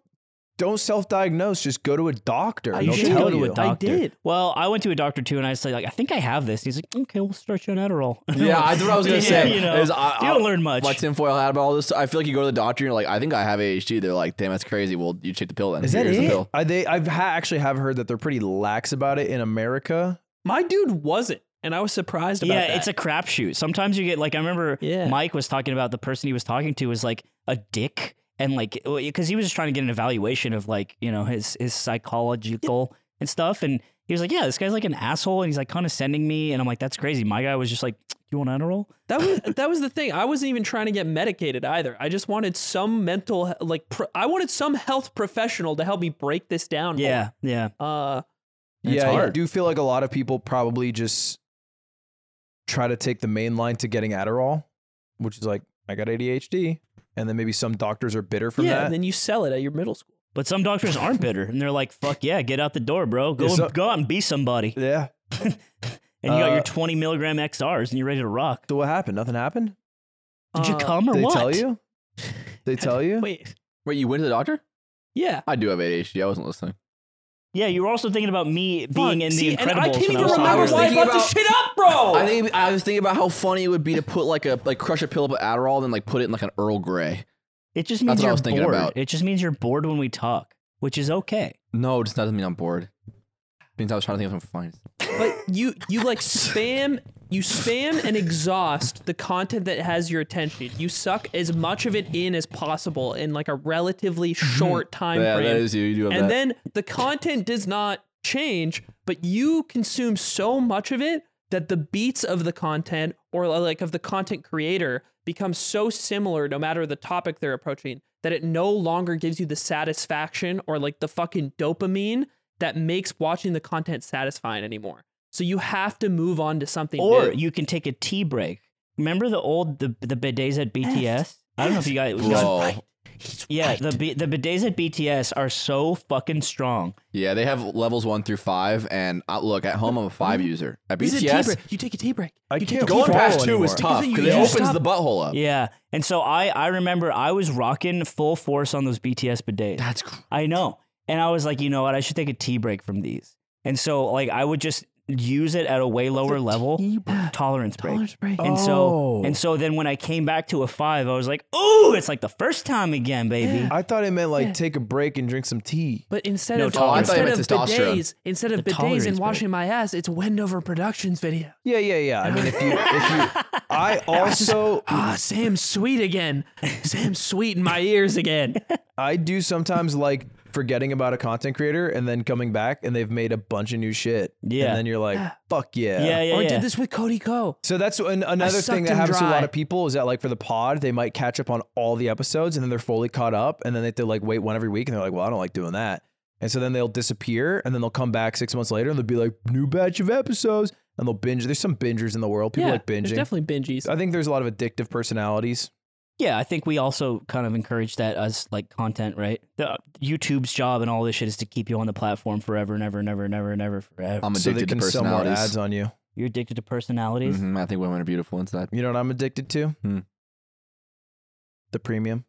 Don't self-diagnose. Just go to a doctor. I and They'll did tell go to you. a doctor. did. Well, I went to a doctor too, and I was like, I think I have this. He's like, okay, we'll start you on Adderall. Yeah, I that's what I was gonna Yeah, say. you know, Is I- you I- don't learn much. My tinfoil hat about all this. I feel like you go to the doctor and you're like, I think I have ADHD. They're like, damn, that's crazy. Well, you take the pill then. Is that Here's the it? pill. Are they, I've ha- actually have heard that they're pretty lax about it in America. My dude wasn't, and I was surprised about yeah, that. it's a crapshoot. Sometimes you get like I remember Yeah. Mike was talking about the person he was talking to was like a dick and like because he was just trying to get an evaluation of like you know his his psychological and stuff and he was like yeah this guy's like an asshole and he's like condescending me and I'm like that's crazy. My guy was just like do you want Adderall? That was that was the thing. I wasn't even trying to get medicated either. I just wanted some mental like pro- I wanted some health professional to help me break this down. more. Yeah, yeah. Uh, And it's yeah, I hard. do feel like a lot of people probably just try to take the main line to getting Adderall, which is like, I got ADHD. And then maybe some doctors are bitter from yeah. that. And then you sell it at your middle school. But some doctors aren't bitter and they're like fuck yeah get out the door bro go Yeah, so- go out and be somebody yeah. and you got your Uh, 20 milligram XRs and you're ready to rock. So what happened? Nothing happened? Did you Uh, come or they what? tell you? They tell you? Wait. Wait, you went to the doctor? Yeah. I do have ADHD. I wasn't listening. Yeah, you were also thinking about me being Fuck. in See, the Incredibles. and I can't when even was I remember younger. was why I thinking brought this shit up, bro. I think I was thinking about how funny it would be to put like a like crush a pill up an Adderall and then like put it in like an Earl Grey. It just means That's what I you're was thinking bored. about. It just means you're bored when we talk, which is okay. No, it does not mean I'm bored. means I was trying to think of something fine. But you you like spam you spam and exhaust the content that has your attention. You suck as much of it in as possible in like a relatively short time Mm-hmm. Yeah, frame. that is you. You do have and that. then the content does not change, but you consume so much of it that the beats of the content or uh, like of the content creator become so similar no matter the topic they're approaching that it no longer gives you the satisfaction or like the fucking dopamine that makes watching the content satisfying anymore. So you have to move on to something or new. you can take a tea break. Remember the old the the bidets at BTS? I don't know if you guys. Bro. Yeah, the B, the bidets at BTS are so fucking strong. Yeah, they have levels one through five, and I, look at home I'm a five user. At This is a tea BTS, break. You take a tea break. I you can't take a tea Follow going break. past two anymore. was tough Because because you it just opens stop- the butthole up. Yeah, and so I I remember I was rocking full force on those BTS bidets. That's cr- I know. And I was like, you know what? I should take a tea break from these. And so, like, I would just use it at a way lower level tolerance break. Tolerance break. And so, Oh. and so then when I came back to a five, I was like, oh, it's like the first time again, baby. I thought it meant like take a break and drink some tea. But instead No of tolerance. Oh, I instead thought you of meant testosterone. bidets, instead of The bidets tolerance and bit. washing my ass, it's Wendover Productions video. Yeah, yeah, yeah. I mean, if you, if you, I also, <sighs> Ah, Sam's sweet again. Sam's sweet in my ears <laughs> again. I do sometimes like forgetting about a content creator and then coming back and they've made a bunch of new shit. Yeah. And then you're like, fuck yeah. yeah, yeah, or I yeah. did this with Cody Co. So that's an, another sucked thing that him happens to a dry. lot of people is that like for the pod, they might catch up on all the episodes and then they're fully caught up and then they have to like wait one every week and they're like, well, I don't like doing that. And so then they'll disappear and then they'll come back six months later and they'll be like, new batch of episodes and they'll binge. There's some bingers in the world. People yeah, like there's binging. definitely bingies. I think there's a lot of addictive personalities. yeah, I think we also kind of encourage that as like content, right? The, uh, YouTube's job and all this shit is to keep you on the platform forever and ever and ever and ever and ever forever. I'm so they addicted to can sell more personalities. ads on you. You're addicted to personalities. Mhm, I think women are beautiful inside. You know what I'm addicted to? Hmm. The premium.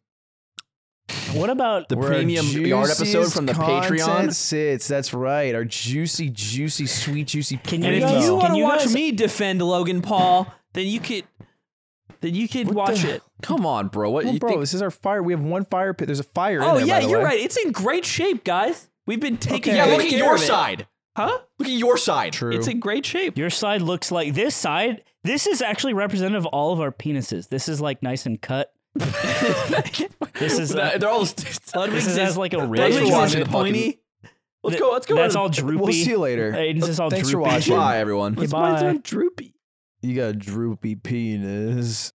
mm-hmm. What about The Where our premium yard episode juiciest from the content Patreon. sits. That's right. Our juicy, juicy, sweet, juicy. Can and you if guys- you Can want to you watch guys- me defend Logan Paul, then you could, then you could watch the- it. Come on, bro. What Well, you bro, think? this is our fire. We have one fire pit. There's a fire. in Oh there, yeah, by the you're way. right. It's in great shape, guys. We've been taking Yeah, good look at care your of it. side. huh? Look at your side. True. It's in great <laughs> shape. Your side looks like this side. This is actually representative of all of our penises. This is like nice and cut. this <laughs> is That- They're all. this is has like a Thanks ridge. for Ludwig's watching is the fucking- pointy. Let's go. Let's go. That's on- all droopy. We'll see you later. Aiden's just all Thanks for droopy. watching. Bye, everyone. Goodbye. Mine's on droopy. You got a droopy penis.